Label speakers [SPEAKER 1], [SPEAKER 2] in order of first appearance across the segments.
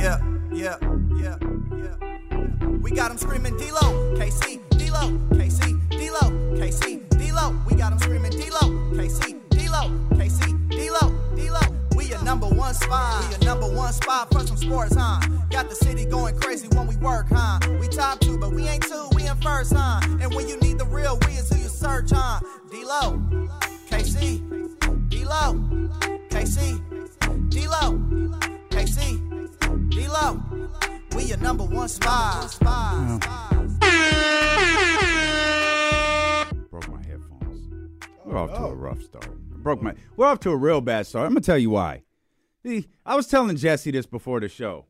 [SPEAKER 1] Yeah, yeah, yeah. We got him screaming D-Lo, KC, D-Lo, KC, D-Lo, KC, D-Lo. We got him screaming D-Lo, KC, D-Lo, KC, D-Lo, D-Lo. We a number one spot, we a number one spot for some sports, huh? Got the city going crazy when we work, huh? We top two, but we ain't two, we in first, huh? And when you need the real, we is who you search, huh? D-Lo, KC, D-Lo, KC, D-Lo, KC, D-Lo. We a number one spot. spot, spot.
[SPEAKER 2] broke my headphones. We're off
[SPEAKER 3] Oh,
[SPEAKER 2] to a rough start. I broke my. We're off to a real bad start. I'm gonna tell you why. See, I was telling Jesse this before the show.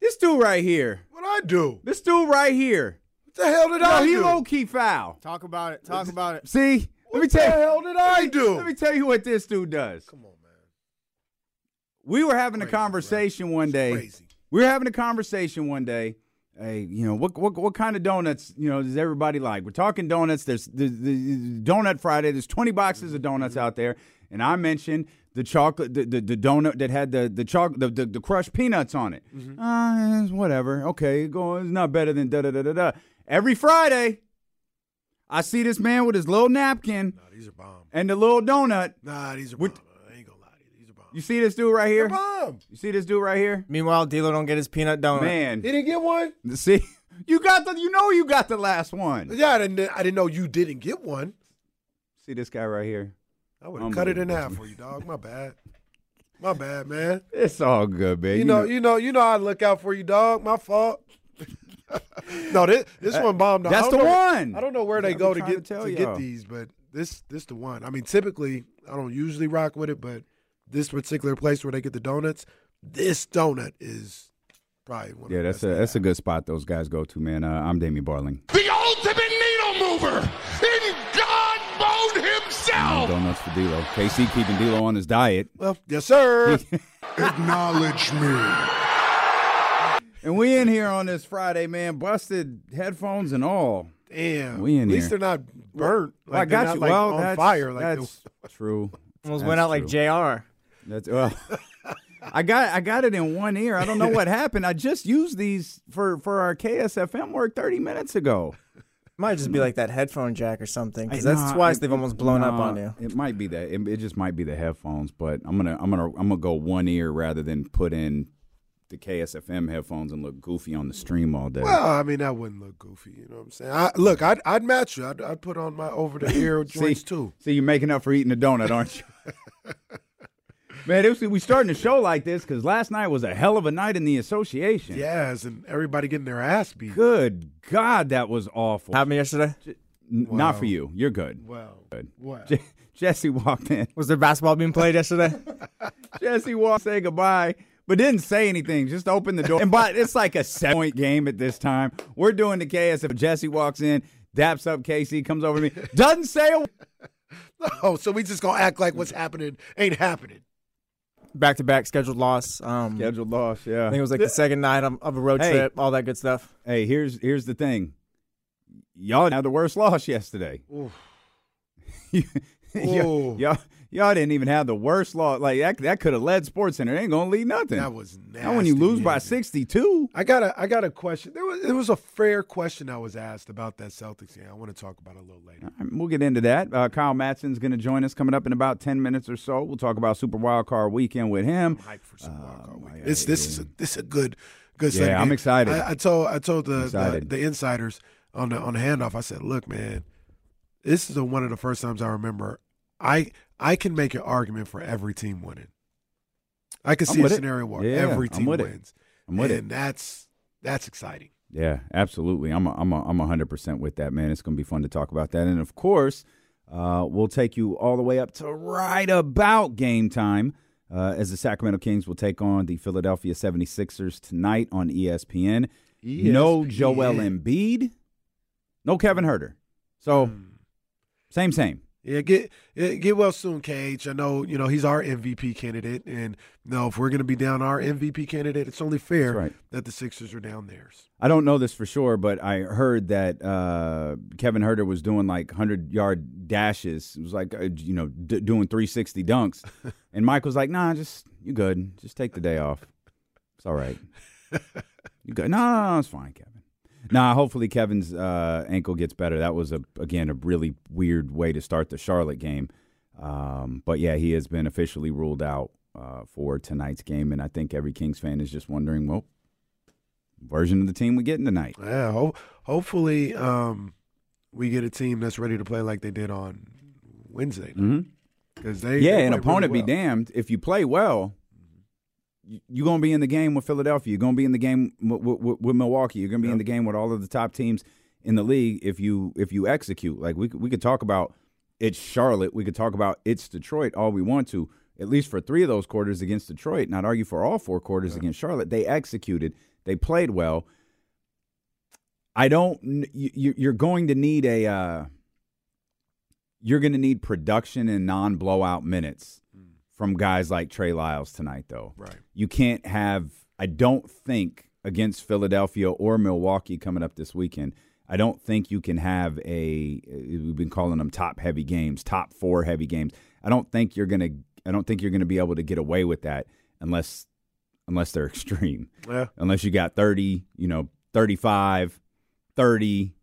[SPEAKER 2] This dude right here.
[SPEAKER 3] What I do?
[SPEAKER 2] This dude right here.
[SPEAKER 3] What the hell did
[SPEAKER 2] No,
[SPEAKER 3] I
[SPEAKER 2] he
[SPEAKER 3] do?
[SPEAKER 2] low key foul.
[SPEAKER 4] Talk about it. Talk about it.
[SPEAKER 2] See, let me
[SPEAKER 3] What the
[SPEAKER 2] tell you.
[SPEAKER 3] hell did I do?
[SPEAKER 2] Let me tell you what this dude does. Come on, man. We were having a conversation one day.
[SPEAKER 3] crazy.
[SPEAKER 2] We were having a conversation one day. Hey, you know what? What, what kind of donuts? You know, does everybody like? We're talking donuts. There's the, the donut Friday. There's 20 boxes of donuts out there, and I mentioned the chocolate, the, the, the donut that had the the chocolate, the, the, the crushed peanuts on it. Uh, it's whatever. Okay, go. It's not better than da da da da da. Every Friday, I see this man with his little napkin
[SPEAKER 3] Nah, these are bomb.
[SPEAKER 2] and the little donut.
[SPEAKER 3] Nah, these are bomb. I ain't gonna lie to you. These are bomb.
[SPEAKER 2] You see this dude right here?
[SPEAKER 3] bomb.
[SPEAKER 2] You see this dude right here?
[SPEAKER 4] Meanwhile, D'Lo don't get his peanut donut.
[SPEAKER 3] He
[SPEAKER 2] Man,
[SPEAKER 3] didn't get one.
[SPEAKER 2] see, you got the, you know, you got the last one.
[SPEAKER 3] Yeah, I didn't. I didn't know you didn't get one.
[SPEAKER 2] See this guy right here?
[SPEAKER 3] I would have cut it in half
[SPEAKER 2] Unbelievable.
[SPEAKER 3] for you, dog. My bad. My bad, man.
[SPEAKER 2] It's all good, man.
[SPEAKER 3] You know, you know, you know. I look out for you, dog. My fault. no, this this one bombed. out. I
[SPEAKER 2] Uh, that's
[SPEAKER 3] don't
[SPEAKER 2] the
[SPEAKER 3] know-
[SPEAKER 2] one.
[SPEAKER 3] I don't know where they
[SPEAKER 2] I've
[SPEAKER 3] go to
[SPEAKER 2] been trying
[SPEAKER 3] get
[SPEAKER 2] to
[SPEAKER 3] to,
[SPEAKER 2] tell
[SPEAKER 3] get
[SPEAKER 2] y'all.
[SPEAKER 3] these, but this this the one. I mean, typically I don't usually rock with it, but this particular place where they get the donuts, this donut is probably one.
[SPEAKER 2] yeah,
[SPEAKER 3] of the
[SPEAKER 2] that's
[SPEAKER 3] best
[SPEAKER 2] a
[SPEAKER 3] they
[SPEAKER 2] that's a
[SPEAKER 3] have.
[SPEAKER 2] good spot those guys go to, man. Uh, I'm Damien Barling.
[SPEAKER 5] The ultimate needle mover in God mode himself.
[SPEAKER 2] Donuts for D'Lo. KC keeping D'Lo on his diet,
[SPEAKER 3] Well, yes, sir.
[SPEAKER 5] Acknowledge me.
[SPEAKER 2] and we in here on this Friday, man. Busted headphones and all.
[SPEAKER 3] Damn.
[SPEAKER 2] We in
[SPEAKER 3] At least
[SPEAKER 2] here.
[SPEAKER 3] they're not burnt. Like,
[SPEAKER 2] Well, I
[SPEAKER 3] they're
[SPEAKER 2] got
[SPEAKER 3] not,
[SPEAKER 2] you.
[SPEAKER 3] Like,
[SPEAKER 2] well,
[SPEAKER 3] on
[SPEAKER 2] that's,
[SPEAKER 3] fire. Like the-
[SPEAKER 2] that's true.
[SPEAKER 4] Almost
[SPEAKER 2] That's
[SPEAKER 4] went out like
[SPEAKER 2] true.
[SPEAKER 4] Jr.
[SPEAKER 2] That's well. I got I got it in one ear. I don't know what happened. I just used these for for our KSFM work 30 minutes ago.
[SPEAKER 4] Might just be like that headphone jack or something. Because
[SPEAKER 2] I-
[SPEAKER 4] that's
[SPEAKER 2] nah,
[SPEAKER 4] twice
[SPEAKER 2] it-
[SPEAKER 4] they've almost blown up
[SPEAKER 2] nah,
[SPEAKER 4] on you.
[SPEAKER 2] It might be that it, it just might be the headphones, but I'm gonna I'm gonna I'm gonna go one ear rather than put in the KSFM headphones and look goofy on the stream all day.
[SPEAKER 3] Well, I mean, that wouldn't look goofy. You know what I'm saying? I, look, I'd, I'd match you. I'd, I'd put on my over the ear joints too.
[SPEAKER 2] See, you're making up for eating a donut, aren't you? Man, it was, we starting the show like this because last night was a hell of a night in the association.
[SPEAKER 3] Yes, and everybody getting their ass beat.
[SPEAKER 2] Good God, that was awful.
[SPEAKER 4] Happened yesterday.
[SPEAKER 2] N- Not for you. You're good.
[SPEAKER 3] Wow.
[SPEAKER 2] Good.
[SPEAKER 3] Wow.
[SPEAKER 2] Je- Jesse walked in.
[SPEAKER 4] Was there basketball being played yesterday?
[SPEAKER 2] Jesse walked, say goodbye, but didn't say anything. Just opened the door. And by it's like a seven point game at this time. We're doing the KS. If Jesse walks in, daps up KC, comes over to me, doesn't say a
[SPEAKER 3] Oh, so we just gonna act like what's happening ain't happening.
[SPEAKER 4] Back to back scheduled loss. Um, I
[SPEAKER 2] scheduled loss. Yeah.
[SPEAKER 4] think it was like the second night of of a road
[SPEAKER 2] Hey.
[SPEAKER 4] trip. All that good stuff.
[SPEAKER 2] Hey, here's here's the thing. Y'all had the worst loss yesterday.
[SPEAKER 3] Oof.
[SPEAKER 2] Y- y'all,
[SPEAKER 3] Ooh.
[SPEAKER 2] y'all, y'all didn't even have the worst loss. Like that, that could have led Sports Center. It ain't gonna lead nothing.
[SPEAKER 3] That was nasty.
[SPEAKER 2] Now when you lose by
[SPEAKER 3] man.
[SPEAKER 2] sixty two.
[SPEAKER 3] I got a I got a question. There was it was a fair question I was asked about that Celtics game. I want to talk about it a little later.
[SPEAKER 2] All right, We'll get into that. Uh, Kyle Matson's going to join us coming up in about 10 minutes or so. We'll talk about Super Wild Card Weekend with him.
[SPEAKER 3] Hype for some wild card weekend.
[SPEAKER 2] God,
[SPEAKER 3] This this is a, this a good good.
[SPEAKER 2] Um, Yeah,
[SPEAKER 3] Sunday
[SPEAKER 2] I'm
[SPEAKER 3] game.
[SPEAKER 2] excited.
[SPEAKER 3] I, I told I told the, the
[SPEAKER 2] Excited.
[SPEAKER 3] the insiders on the on the handoff. I said, look, man, this is the, one of the first times I remember. I I can make an argument for every team winning. I can
[SPEAKER 2] I'm
[SPEAKER 3] see a
[SPEAKER 2] with it.
[SPEAKER 3] scenario where
[SPEAKER 2] Yeah,
[SPEAKER 3] every
[SPEAKER 2] I'm
[SPEAKER 3] team
[SPEAKER 2] with it.
[SPEAKER 3] wins,
[SPEAKER 2] I'm with
[SPEAKER 3] and
[SPEAKER 2] it.
[SPEAKER 3] that's that's exciting.
[SPEAKER 2] Yeah, absolutely. I'm a, I'm a, I'm 100% with that, man. It's going to be fun to talk about that. And of course, uh, we'll take you all the way up to right about game time uh, as the Sacramento Kings will take on the Philadelphia 76ers tonight on E ESPN.
[SPEAKER 3] E
[SPEAKER 2] No Joel Embiid, no Kevin Herter. So, same, same.
[SPEAKER 3] Yeah, get eh, get well soon, Cage. I know you know he's our MVP candidate, and you know, if we're gonna be down our MVP candidate, it's only fair
[SPEAKER 2] That's right.
[SPEAKER 3] that the Sixers are down theirs.
[SPEAKER 2] I don't know this for sure, but I heard that uh, Kevin Herter was doing like hundred yard dashes. It was like uh, you know d- doing three sixty dunks, and Mike was like, "Nah, just you good. Just take the day off." It's all right. you go, no, no, no, it's fine, Kevin. Nah, hopefully Kevin's uh, ankle gets better. That was a again a really weird way to start the Charlotte game, um, but yeah, he has been officially ruled out uh, for tonight's game, and I think every Kings fan is just wondering, well, version of the team we getting tonight.
[SPEAKER 3] Yeah, ho- hopefully um, we get a team that's ready to play like they did on Wednesday.
[SPEAKER 2] Mm-hmm.
[SPEAKER 3] Because they
[SPEAKER 2] yeah,
[SPEAKER 3] they
[SPEAKER 2] an
[SPEAKER 3] played
[SPEAKER 2] opponent
[SPEAKER 3] really
[SPEAKER 2] be
[SPEAKER 3] well.
[SPEAKER 2] damned if you play well. You're gonna be in the game with Philadelphia. You're gonna be in the game with, with, with Milwaukee. You're gonna be in the game with all of the top teams in the league if you if you execute. Like we could- we could talk about it's Charlotte. We could talk about it's Detroit all we want to. At least for three of those quarters against Detroit, not argue for all four quarters against Charlotte. They executed. They played well. I don't. kn- You, you- you're going to need a. Uh, you're going to need production and non blowout minutes from guys like Trey Lyles tonight, though.
[SPEAKER 3] Right.
[SPEAKER 2] You can't have. I don't think against Philadelphia or Milwaukee coming up this weekend. I don't think you can have a. uh, We've been calling them top heavy games, top four heavy games. I don't think you're gonna. I don't think you're gonna be able to get away with that unless unless they're extreme
[SPEAKER 3] Yeah.
[SPEAKER 2] unless you got 30, you know, 35, 30.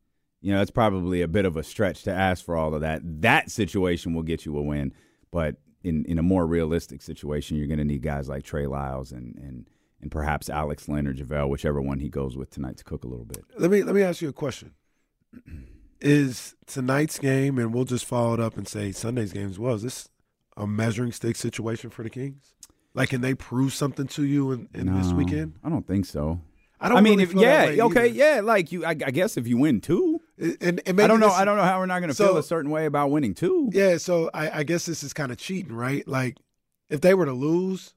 [SPEAKER 2] You know, that's probably a bit of a stretch to ask for all of that. That situation will get you a win, but in, in a more realistic situation, you're going to need guys like Trey Lyles and and and perhaps Alex Leonard, Javale, whichever one he goes with tonight to cook a little bit.
[SPEAKER 3] Let me let me ask you a question. Is tonight's game, and we'll just follow it up and say Sunday's game as well. Is this a measuring stick situation for the Kings? Like, can they prove something to you in, in this
[SPEAKER 2] No,
[SPEAKER 3] weekend?
[SPEAKER 2] I don't think so.
[SPEAKER 3] I
[SPEAKER 2] I mean,
[SPEAKER 3] really
[SPEAKER 2] if,
[SPEAKER 3] feel that
[SPEAKER 2] yeah,
[SPEAKER 3] way
[SPEAKER 2] okay,
[SPEAKER 3] either.
[SPEAKER 2] yeah, like you, I, I guess if you win two,
[SPEAKER 3] And- And, and
[SPEAKER 2] I don't know,
[SPEAKER 3] maybe this-
[SPEAKER 2] I don't know how we're not going to
[SPEAKER 3] so-
[SPEAKER 2] feel a certain way about winning two.
[SPEAKER 3] Yeah, so I, I guess this is kind of cheating, right? Like, if they were to lose,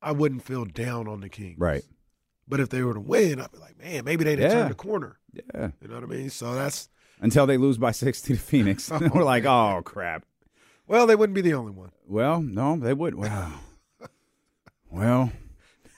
[SPEAKER 3] I wouldn't feel down on the Kings,
[SPEAKER 2] Right.
[SPEAKER 3] But if they were to win, I'd be like, man, maybe they didn't
[SPEAKER 2] Yeah.
[SPEAKER 3] turn the corner.
[SPEAKER 2] Yeah.
[SPEAKER 3] You know what I mean? So that's
[SPEAKER 2] Until they lose by sixty to Phoenix, we're like, oh crap.
[SPEAKER 3] well, they wouldn't be the only one.
[SPEAKER 2] Well, no, they would. Wow. well,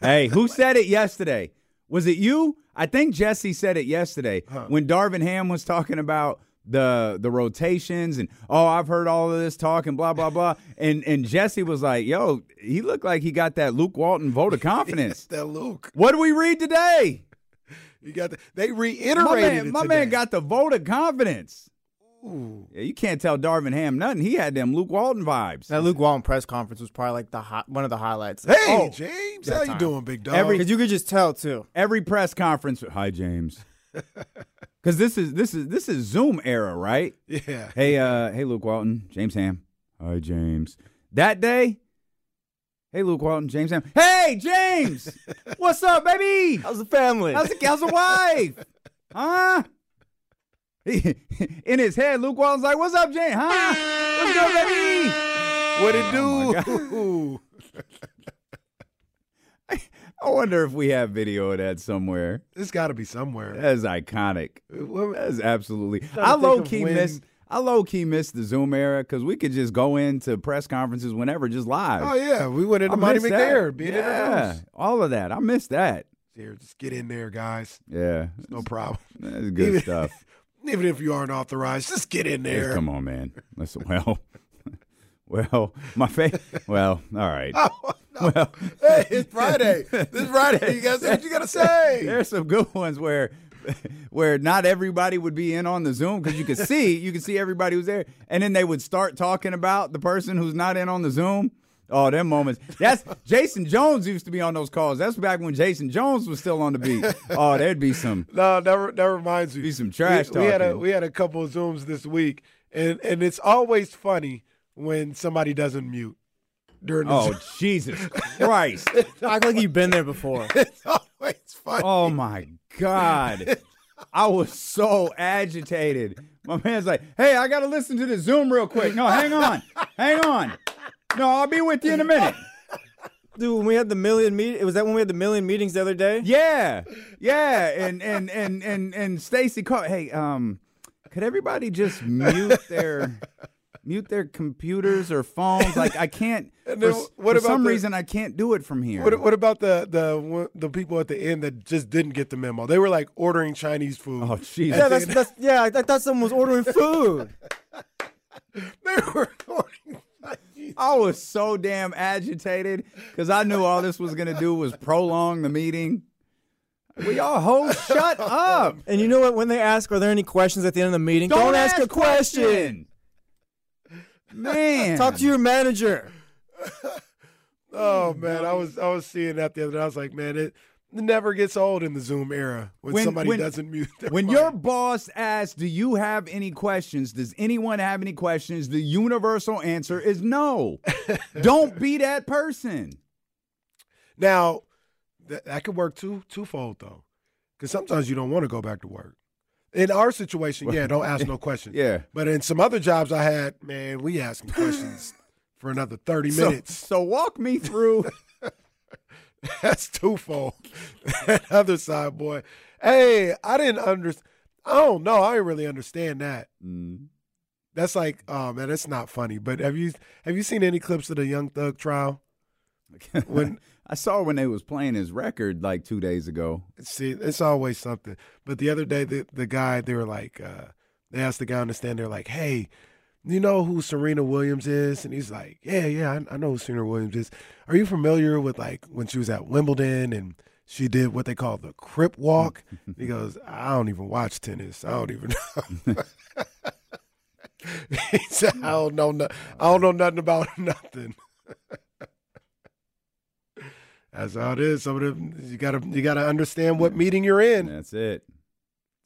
[SPEAKER 2] hey, who said it yesterday? Was it you? I think Jesse said it yesterday when Darvin Ham was talking about the the rotations and oh, I've heard all of this talk and blah blah blah. and and Jesse was like, "Yo, he looked like he got that Luke Walton vote of confidence."
[SPEAKER 3] That Luke,
[SPEAKER 2] what do we read today?
[SPEAKER 3] you got the, they
[SPEAKER 2] My
[SPEAKER 3] reiterated.
[SPEAKER 2] man,
[SPEAKER 3] it
[SPEAKER 2] my
[SPEAKER 3] today.
[SPEAKER 2] man got the vote of confidence.
[SPEAKER 3] Ooh.
[SPEAKER 2] Yeah, you can't tell Darvin Ham nothing. He had them Luke Walton vibes.
[SPEAKER 4] That Luke Walton press conference was probably like the hot, one of the highlights.
[SPEAKER 3] Hey,
[SPEAKER 4] Oh,
[SPEAKER 3] James,
[SPEAKER 4] that
[SPEAKER 3] how you
[SPEAKER 4] time.
[SPEAKER 3] doing, big dog?
[SPEAKER 4] Every because you could just tell too.
[SPEAKER 2] every press conference. Hi, James. Because this is this is this is Zoom era, right?
[SPEAKER 3] yeah,
[SPEAKER 2] Hey, uh, hey, Luke Walton, James Ham. Hi, James. That day. Hey, Luke Walton, James Ham. Hey, James. What's up, baby?
[SPEAKER 4] How's the family?
[SPEAKER 2] How's the how's the wife? Huh? He- In his head, Luke Walton's like, "What's up, James? Huh? What's good, baby?" Oh
[SPEAKER 3] what it do?
[SPEAKER 2] I wonder if we have video of that somewhere.
[SPEAKER 3] it's got to be somewhere.
[SPEAKER 2] That is iconic.
[SPEAKER 3] What-
[SPEAKER 2] That's absolutely.
[SPEAKER 3] to
[SPEAKER 2] I
[SPEAKER 3] think
[SPEAKER 2] low
[SPEAKER 3] of
[SPEAKER 2] key
[SPEAKER 3] when-
[SPEAKER 2] miss. I low key miss the Zoom era because we could just go into press conferences whenever, just live.
[SPEAKER 3] Oh yeah, we went into
[SPEAKER 2] I
[SPEAKER 3] Monty
[SPEAKER 2] miss that.
[SPEAKER 3] McNair being
[SPEAKER 2] yeah,
[SPEAKER 3] introduced.
[SPEAKER 2] all of that. I miss that.
[SPEAKER 3] Here, just get in there, guys.
[SPEAKER 2] Yeah,
[SPEAKER 3] No problem.
[SPEAKER 2] that's good
[SPEAKER 3] Even-
[SPEAKER 2] stuff.
[SPEAKER 3] Even if you aren't authorized, just get in
[SPEAKER 2] Just
[SPEAKER 3] there.
[SPEAKER 2] come on, man. Listen, well, well, my face. Well, all right. Well,
[SPEAKER 3] Oh, Hey, it's Friday. This Friday, you gotta say what you gotta say.
[SPEAKER 2] There's some good ones where where not everybody would be in on the Zoom because you could see you could see everybody who's there, and then they would start talking about the person who's not in on the Zoom. Oh, them moments. That's Jason Jones used to be on those calls. That's back when Jason Jones was still on the beat. Oh, there'd be some.
[SPEAKER 3] No, that, re- that reminds me.
[SPEAKER 2] Be some trash
[SPEAKER 3] we, we had a
[SPEAKER 2] talking.
[SPEAKER 3] we had a couple of zooms this week, and and it's always funny when somebody doesn't mute during the
[SPEAKER 2] Oh,
[SPEAKER 3] Zoom.
[SPEAKER 2] Jesus Christ.
[SPEAKER 4] Act like you've been there before.
[SPEAKER 3] It's always funny.
[SPEAKER 2] Oh my God. I was so agitated. My man's like, hey, I gotta listen to the Zoom real quick. No, hang on. Hang on. No, I'll be with you in a minute.
[SPEAKER 4] Dude, when we had the million meet, was that when we had the million meetings the other day?
[SPEAKER 2] Yeah. Yeah. And and and and and Stacy called hey, um, could everybody just mute their mute their computers or phones? Like I can't
[SPEAKER 3] And
[SPEAKER 2] for,
[SPEAKER 3] then
[SPEAKER 2] s-
[SPEAKER 3] what
[SPEAKER 2] for
[SPEAKER 3] about
[SPEAKER 2] some
[SPEAKER 3] the-
[SPEAKER 2] reason I can't do it from here.
[SPEAKER 3] What, what about the the one- the people at the end that just didn't get the memo? They were like ordering Chinese food.
[SPEAKER 2] oh Jesus.
[SPEAKER 4] Yeah, that's, that's yeah. I, I thought someone was ordering food.
[SPEAKER 3] They were ordering Chinese.
[SPEAKER 2] I was so damn agitated because I knew all this was gonna do was prolong the meeting. We all hold shut up.
[SPEAKER 4] And you know what? When they ask, are there any questions at the end of the meeting?
[SPEAKER 2] Don't,
[SPEAKER 4] ask, a question.
[SPEAKER 2] Man,
[SPEAKER 4] Talk to your manager.
[SPEAKER 3] Oh man, I was I was seeing that the other day. I was like, man, it never gets old in the Zoom era when,
[SPEAKER 2] When-
[SPEAKER 3] somebody
[SPEAKER 2] when-
[SPEAKER 3] doesn't mute. Their
[SPEAKER 2] When
[SPEAKER 3] mic.
[SPEAKER 2] your boss asks, "Do you have any questions?" Does anyone have any questions? The universal answer is no. Don't be that person.
[SPEAKER 3] now, that, that could work two twofold though, because sometimes you don't want to go back to work. In our situation, yeah, don't ask no questions.
[SPEAKER 2] Yeah.
[SPEAKER 3] but in some other jobs I had, man, we asking questions for another thirty
[SPEAKER 2] So-
[SPEAKER 3] minutes.
[SPEAKER 2] So, walk me through.
[SPEAKER 3] That's twofold. that other side, boy. Hey, I didn't understand. I don't know. I didn't really understand that.
[SPEAKER 2] Mm.
[SPEAKER 3] That's like, oh man, that's not funny. But have you have you seen any clips of the Young Thug trial? When
[SPEAKER 2] I saw when they was playing his record like two days ago.
[SPEAKER 3] see, it's always something. But the other day, the the guy they were like, uh, they asked the guy on the stand, they're like, hey, you know who Serena Williams is? And he's like, yeah, yeah, I, I know who Serena Williams is. Are you familiar with like when she was at Wimbledon and she did what they call the Crip Walk? he goes, I don't even watch tennis. I don't even know. he said, I don't know. No, I don't know nothing about nothing. That's how it is. Some of them, you gotta, you gotta understand what meeting you're
[SPEAKER 2] And
[SPEAKER 3] in.
[SPEAKER 2] that's it.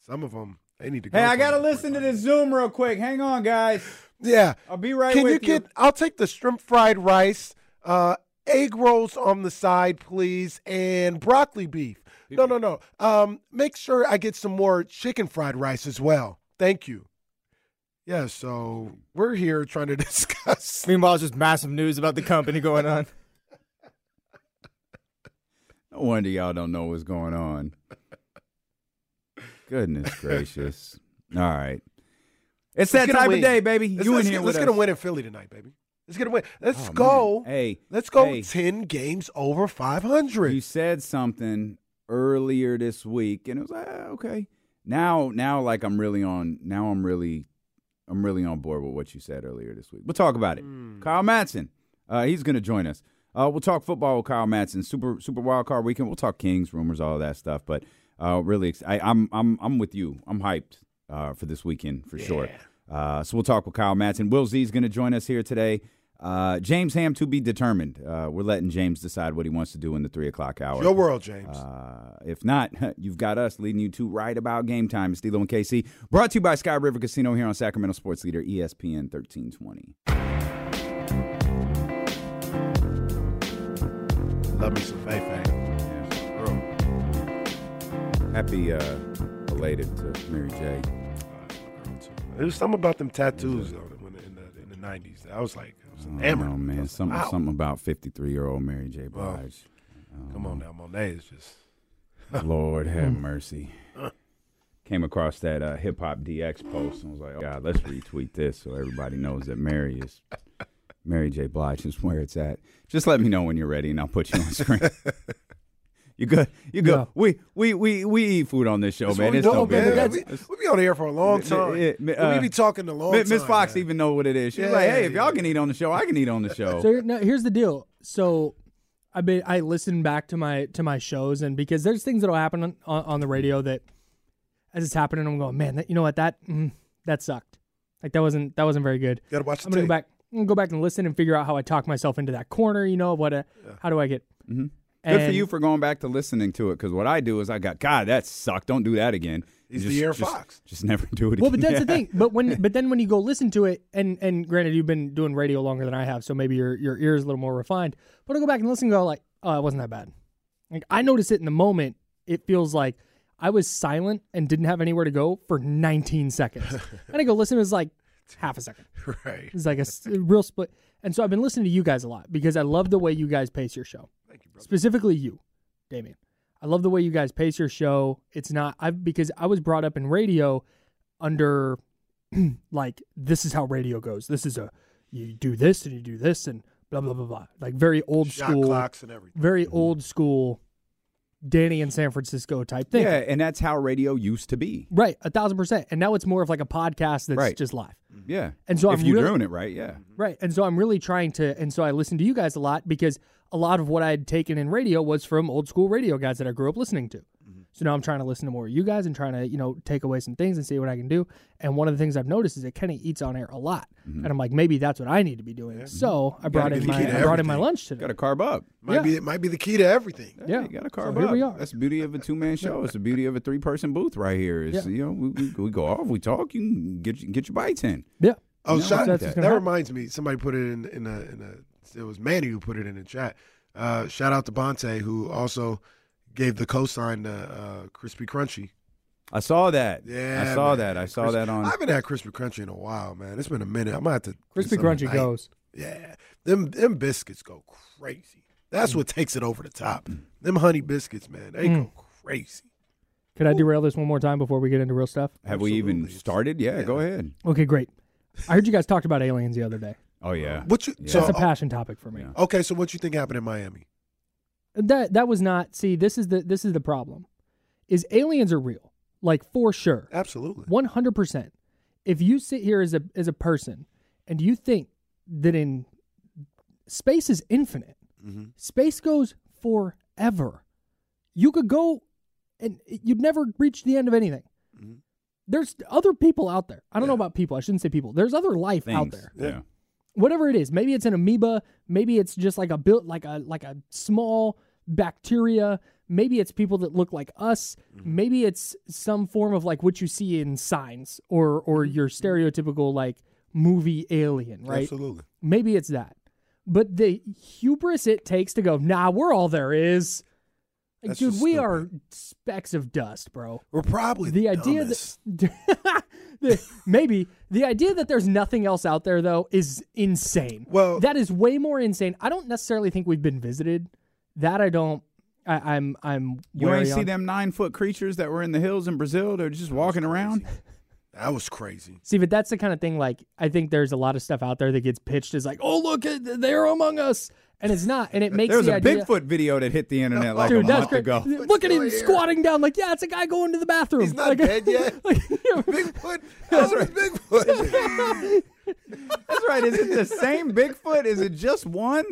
[SPEAKER 3] Some of them, they need to. go
[SPEAKER 2] Hey, I
[SPEAKER 3] for
[SPEAKER 2] gotta
[SPEAKER 3] it.
[SPEAKER 2] listen to this Zoom real quick. Hang on, guys.
[SPEAKER 3] Yeah,
[SPEAKER 2] I'll be right
[SPEAKER 3] Can
[SPEAKER 2] with
[SPEAKER 3] you get? I'll take the shrimp fried rice, uh, egg rolls on the side, please, and broccoli beef. No, no, no. Um, make sure I get some more chicken fried rice as well. Thank you. Yeah. So we're here trying to discuss.
[SPEAKER 4] Meanwhile, it's just massive news about the company going on.
[SPEAKER 2] No wonder y'all don't know what's going on. Goodness gracious. All right. It's that
[SPEAKER 3] get a
[SPEAKER 2] type of
[SPEAKER 3] win.
[SPEAKER 2] day, baby.
[SPEAKER 3] Let's,
[SPEAKER 2] you
[SPEAKER 3] let's
[SPEAKER 2] in here
[SPEAKER 3] get,
[SPEAKER 2] with
[SPEAKER 3] let's
[SPEAKER 2] us.
[SPEAKER 3] get a win in Philly tonight, baby. Let's get a win.
[SPEAKER 2] Oh,
[SPEAKER 3] Let's
[SPEAKER 2] man.
[SPEAKER 3] go.
[SPEAKER 2] Hey.
[SPEAKER 3] Let's go.
[SPEAKER 2] hey,
[SPEAKER 3] Ten games over five hundred.
[SPEAKER 2] you said something earlier this week and it was like, ah, okay. Now now like I'm really on now I'm really I'm really on board with what you said earlier this week. We'll talk about it.
[SPEAKER 4] Hmm.
[SPEAKER 2] Kyle Matson. Uh, he's gonna join us. Uh, we'll talk football with Kyle Matson. Super Super Wild Card Weekend. We'll talk Kings rumors, all that stuff. But uh, really, ex- I, I'm I'm I'm with you. I'm hyped uh, for this weekend for sure. Uh, so we'll talk with Kyle Matson. Will Z's going to join us here today. Uh, James Ham to be determined. Uh, we're letting James decide what he wants to do in the three o'clock hour.
[SPEAKER 3] Your world, James.
[SPEAKER 2] Uh, if not, you've got us leading you to right about game time. It's D'Lo and KC, brought to you by Sky River Casino here on Sacramento Sports Leader E ESPN 1320.
[SPEAKER 3] Love me some Fei Fei.
[SPEAKER 2] Happy uh, belated to Mary J.
[SPEAKER 3] It was something about them tattoos though when, in the in the nineties. I was like, I was enamored.
[SPEAKER 2] Oh man, something
[SPEAKER 3] Wow.
[SPEAKER 2] something about fifty three year old Mary J. Blige.
[SPEAKER 3] Come on now, Monet is just
[SPEAKER 2] Lord have
[SPEAKER 3] Hmm.
[SPEAKER 2] mercy. Came across that uh, hip hop DX post and was like, oh God, let's retweet this so everybody knows that Mary is Mary J. Blige is where it's at. Just let me know when you're ready and I'll put you on screen. you good? You good?
[SPEAKER 4] Yeah.
[SPEAKER 2] We we we we eat food on this show, man. It's no big deal.
[SPEAKER 3] We, we be on the air for a long time.
[SPEAKER 2] yeah, mi- uh,
[SPEAKER 3] we be talking the long
[SPEAKER 2] Mi-
[SPEAKER 3] time.
[SPEAKER 2] Miss Fox
[SPEAKER 3] man.
[SPEAKER 2] even know what it is. She's
[SPEAKER 3] Yeah,
[SPEAKER 2] like, hey, if
[SPEAKER 3] yeah.
[SPEAKER 2] y'all can eat on the show, I can eat on the show.
[SPEAKER 6] So here- now, here's the deal. So I been I listen back to my to my shows and because there's things that'll happen on, on, on the radio that as it's happening I'm going, man, that, you know what that mm, that sucked. Like that wasn't that wasn't very good.
[SPEAKER 3] gotta watch the
[SPEAKER 6] I'm gonna
[SPEAKER 3] tape.
[SPEAKER 6] go back I'm gonna go back and listen and figure out how I talk myself into that corner. You know what? Uh, How do I get?
[SPEAKER 2] Good for
[SPEAKER 6] And-
[SPEAKER 2] you for going back to listening to it because what I do is I got, God, that sucked. Don't do that again.
[SPEAKER 3] He's
[SPEAKER 2] Just-
[SPEAKER 3] the Air
[SPEAKER 2] just-
[SPEAKER 3] Fox.
[SPEAKER 2] Just never do it
[SPEAKER 6] Well, but
[SPEAKER 2] again.
[SPEAKER 6] that's the thing. But when but then when you go listen to it, and and granted you've been doing radio longer than I have, so maybe your your ear is a little more refined. But I go back and listen and go like, oh, it wasn't that bad. Like I notice it in the moment. It feels like I was silent and didn't have anywhere to go for 19 seconds. and I go listen, it was like half a second.
[SPEAKER 3] Right.
[SPEAKER 6] It's like a s- real split. And so I've been listening to you guys a lot because I love the way you guys pace your show. Thank you, brother. Specifically you, Damien. I love the way you guys pace your show. It's not I because I was brought up in radio under like this is how radio goes. This is a you do this and you do this and Mm-hmm. blah blah blah blah. Like very old
[SPEAKER 3] Shot
[SPEAKER 6] school
[SPEAKER 3] clocks and everything.
[SPEAKER 6] very old school Danny in San Francisco type thing.
[SPEAKER 2] Yeah, and that's how radio used to be.
[SPEAKER 6] Right, a thousand percent. And now it's more of like a podcast that's
[SPEAKER 2] Right.
[SPEAKER 6] just live.
[SPEAKER 3] Mm-hmm.
[SPEAKER 2] Yeah.
[SPEAKER 6] And so
[SPEAKER 2] if
[SPEAKER 6] I'm
[SPEAKER 2] you're
[SPEAKER 6] really-
[SPEAKER 2] doing it right, yeah.
[SPEAKER 6] Right. And so I'm really trying to, and so I listen to you guys a lot because a lot of what I had taken in radio was from old school radio guys that I grew up listening to.
[SPEAKER 2] Mm-hmm.
[SPEAKER 6] So now I'm trying to listen to more of you guys and trying to, you know, take away some things and see what I can do. And one of the things I've noticed is it kind of eats on air a lot.
[SPEAKER 2] Mm-hmm.
[SPEAKER 6] And I'm like, maybe that's what I need to be doing. So I brought
[SPEAKER 3] be
[SPEAKER 6] in
[SPEAKER 3] the
[SPEAKER 6] my
[SPEAKER 3] key to
[SPEAKER 6] I brought in my
[SPEAKER 3] everything.
[SPEAKER 6] lunch today.
[SPEAKER 2] Got to carb up.
[SPEAKER 3] Might
[SPEAKER 6] Yeah.
[SPEAKER 3] be it might be the key to everything.
[SPEAKER 6] yeah.
[SPEAKER 2] You got to carb
[SPEAKER 6] so here
[SPEAKER 2] up.
[SPEAKER 6] we are.
[SPEAKER 2] That's the beauty of a two man show. It's the beauty of a three person booth right here. Is
[SPEAKER 6] Yeah.
[SPEAKER 2] you know we, we, we go off, we talk, you can get your- get your bites in.
[SPEAKER 6] yeah.
[SPEAKER 3] Oh,
[SPEAKER 2] No,
[SPEAKER 3] shout,
[SPEAKER 6] that's
[SPEAKER 3] that,
[SPEAKER 6] what's gonna happen.
[SPEAKER 3] reminds me. Somebody put it in in a, in a it was Manny who put it in the chat. Uh, shout out to Bonte who also gave the cosign to uh, Crispy Crunchy.
[SPEAKER 2] I saw that.
[SPEAKER 3] Yeah,
[SPEAKER 2] I saw
[SPEAKER 3] man.
[SPEAKER 2] that. I saw
[SPEAKER 3] Crisp-
[SPEAKER 2] that on.
[SPEAKER 3] I haven't had Crispy Crunchy in a while, man. It's been a minute. I'm gonna have to do
[SPEAKER 6] Crispy
[SPEAKER 3] something
[SPEAKER 6] Crunchy
[SPEAKER 3] tonight.
[SPEAKER 6] goes.
[SPEAKER 3] Yeah, them them biscuits go crazy.
[SPEAKER 6] Mm.
[SPEAKER 3] That's what takes it over the top. Them honey biscuits, man, they go crazy.
[SPEAKER 6] Could I derail this one more time before we get into real stuff?
[SPEAKER 2] Have we even
[SPEAKER 3] Absolutely.
[SPEAKER 2] started? Yeah, go ahead.
[SPEAKER 6] Okay, great. I heard you guys talked about aliens the other day.
[SPEAKER 2] Oh yeah.
[SPEAKER 3] What you?
[SPEAKER 2] Yeah.
[SPEAKER 3] So, oh,
[SPEAKER 6] That's a passion topic for me.
[SPEAKER 2] Oh. Yeah.
[SPEAKER 3] okay, so what you think happened in Miami?
[SPEAKER 6] that that was not see this is the this is the problem is aliens are real like for sure
[SPEAKER 3] Absolutely.
[SPEAKER 6] 100% if you sit here as a as a person and you think that in space is infinite space goes forever you could go and you'd never reach the end of anything there's other people out there i don't know about people i shouldn't say people there's other life out
[SPEAKER 2] Things.
[SPEAKER 6] there
[SPEAKER 2] Yeah.
[SPEAKER 6] whatever it is maybe it's an amoeba maybe it's just like a built like a like a small bacteria maybe it's people that look like us
[SPEAKER 3] Mm-hmm.
[SPEAKER 6] maybe it's some form of like what you see in signs or or
[SPEAKER 3] Mm-hmm.
[SPEAKER 6] your stereotypical like movie alien right
[SPEAKER 3] Absolutely.
[SPEAKER 6] maybe it's that but the hubris it takes to go nah we're all there is like,
[SPEAKER 3] That's
[SPEAKER 6] dude
[SPEAKER 3] just
[SPEAKER 6] we
[SPEAKER 3] stupid.
[SPEAKER 6] are specks of dust bro
[SPEAKER 3] We're probably
[SPEAKER 6] the idea
[SPEAKER 3] dumbest.
[SPEAKER 6] that the- maybe the idea that there's nothing else out there though is insane.
[SPEAKER 3] Well-
[SPEAKER 6] that is way more insane. I don't necessarily think we've been visited. That I don't. I, I'm I'm.
[SPEAKER 2] You
[SPEAKER 6] wary
[SPEAKER 2] ain't see
[SPEAKER 6] on.
[SPEAKER 2] them nine foot creatures that were in the hills in Brazil. They're just walking around.
[SPEAKER 3] That was crazy.
[SPEAKER 6] See, but that's the kind of thing. Like I think there's a lot of stuff out there that gets pitched as like, oh look, they're among us, and it's not, and it makes
[SPEAKER 2] There was
[SPEAKER 6] the
[SPEAKER 2] a
[SPEAKER 6] idea.
[SPEAKER 2] Bigfoot video that hit the internet like
[SPEAKER 6] Dude,
[SPEAKER 2] a
[SPEAKER 6] that's
[SPEAKER 2] month
[SPEAKER 6] great.
[SPEAKER 2] ago.
[SPEAKER 6] Look at
[SPEAKER 3] still
[SPEAKER 6] him
[SPEAKER 3] here.
[SPEAKER 6] squatting down, like, yeah, it's a guy going to the bathroom.
[SPEAKER 3] He's not
[SPEAKER 6] Like-
[SPEAKER 3] dead yet.
[SPEAKER 6] like,
[SPEAKER 3] Bigfoot. That's right. Bigfoot.
[SPEAKER 2] That's right. Is it the same Bigfoot? Is it just one?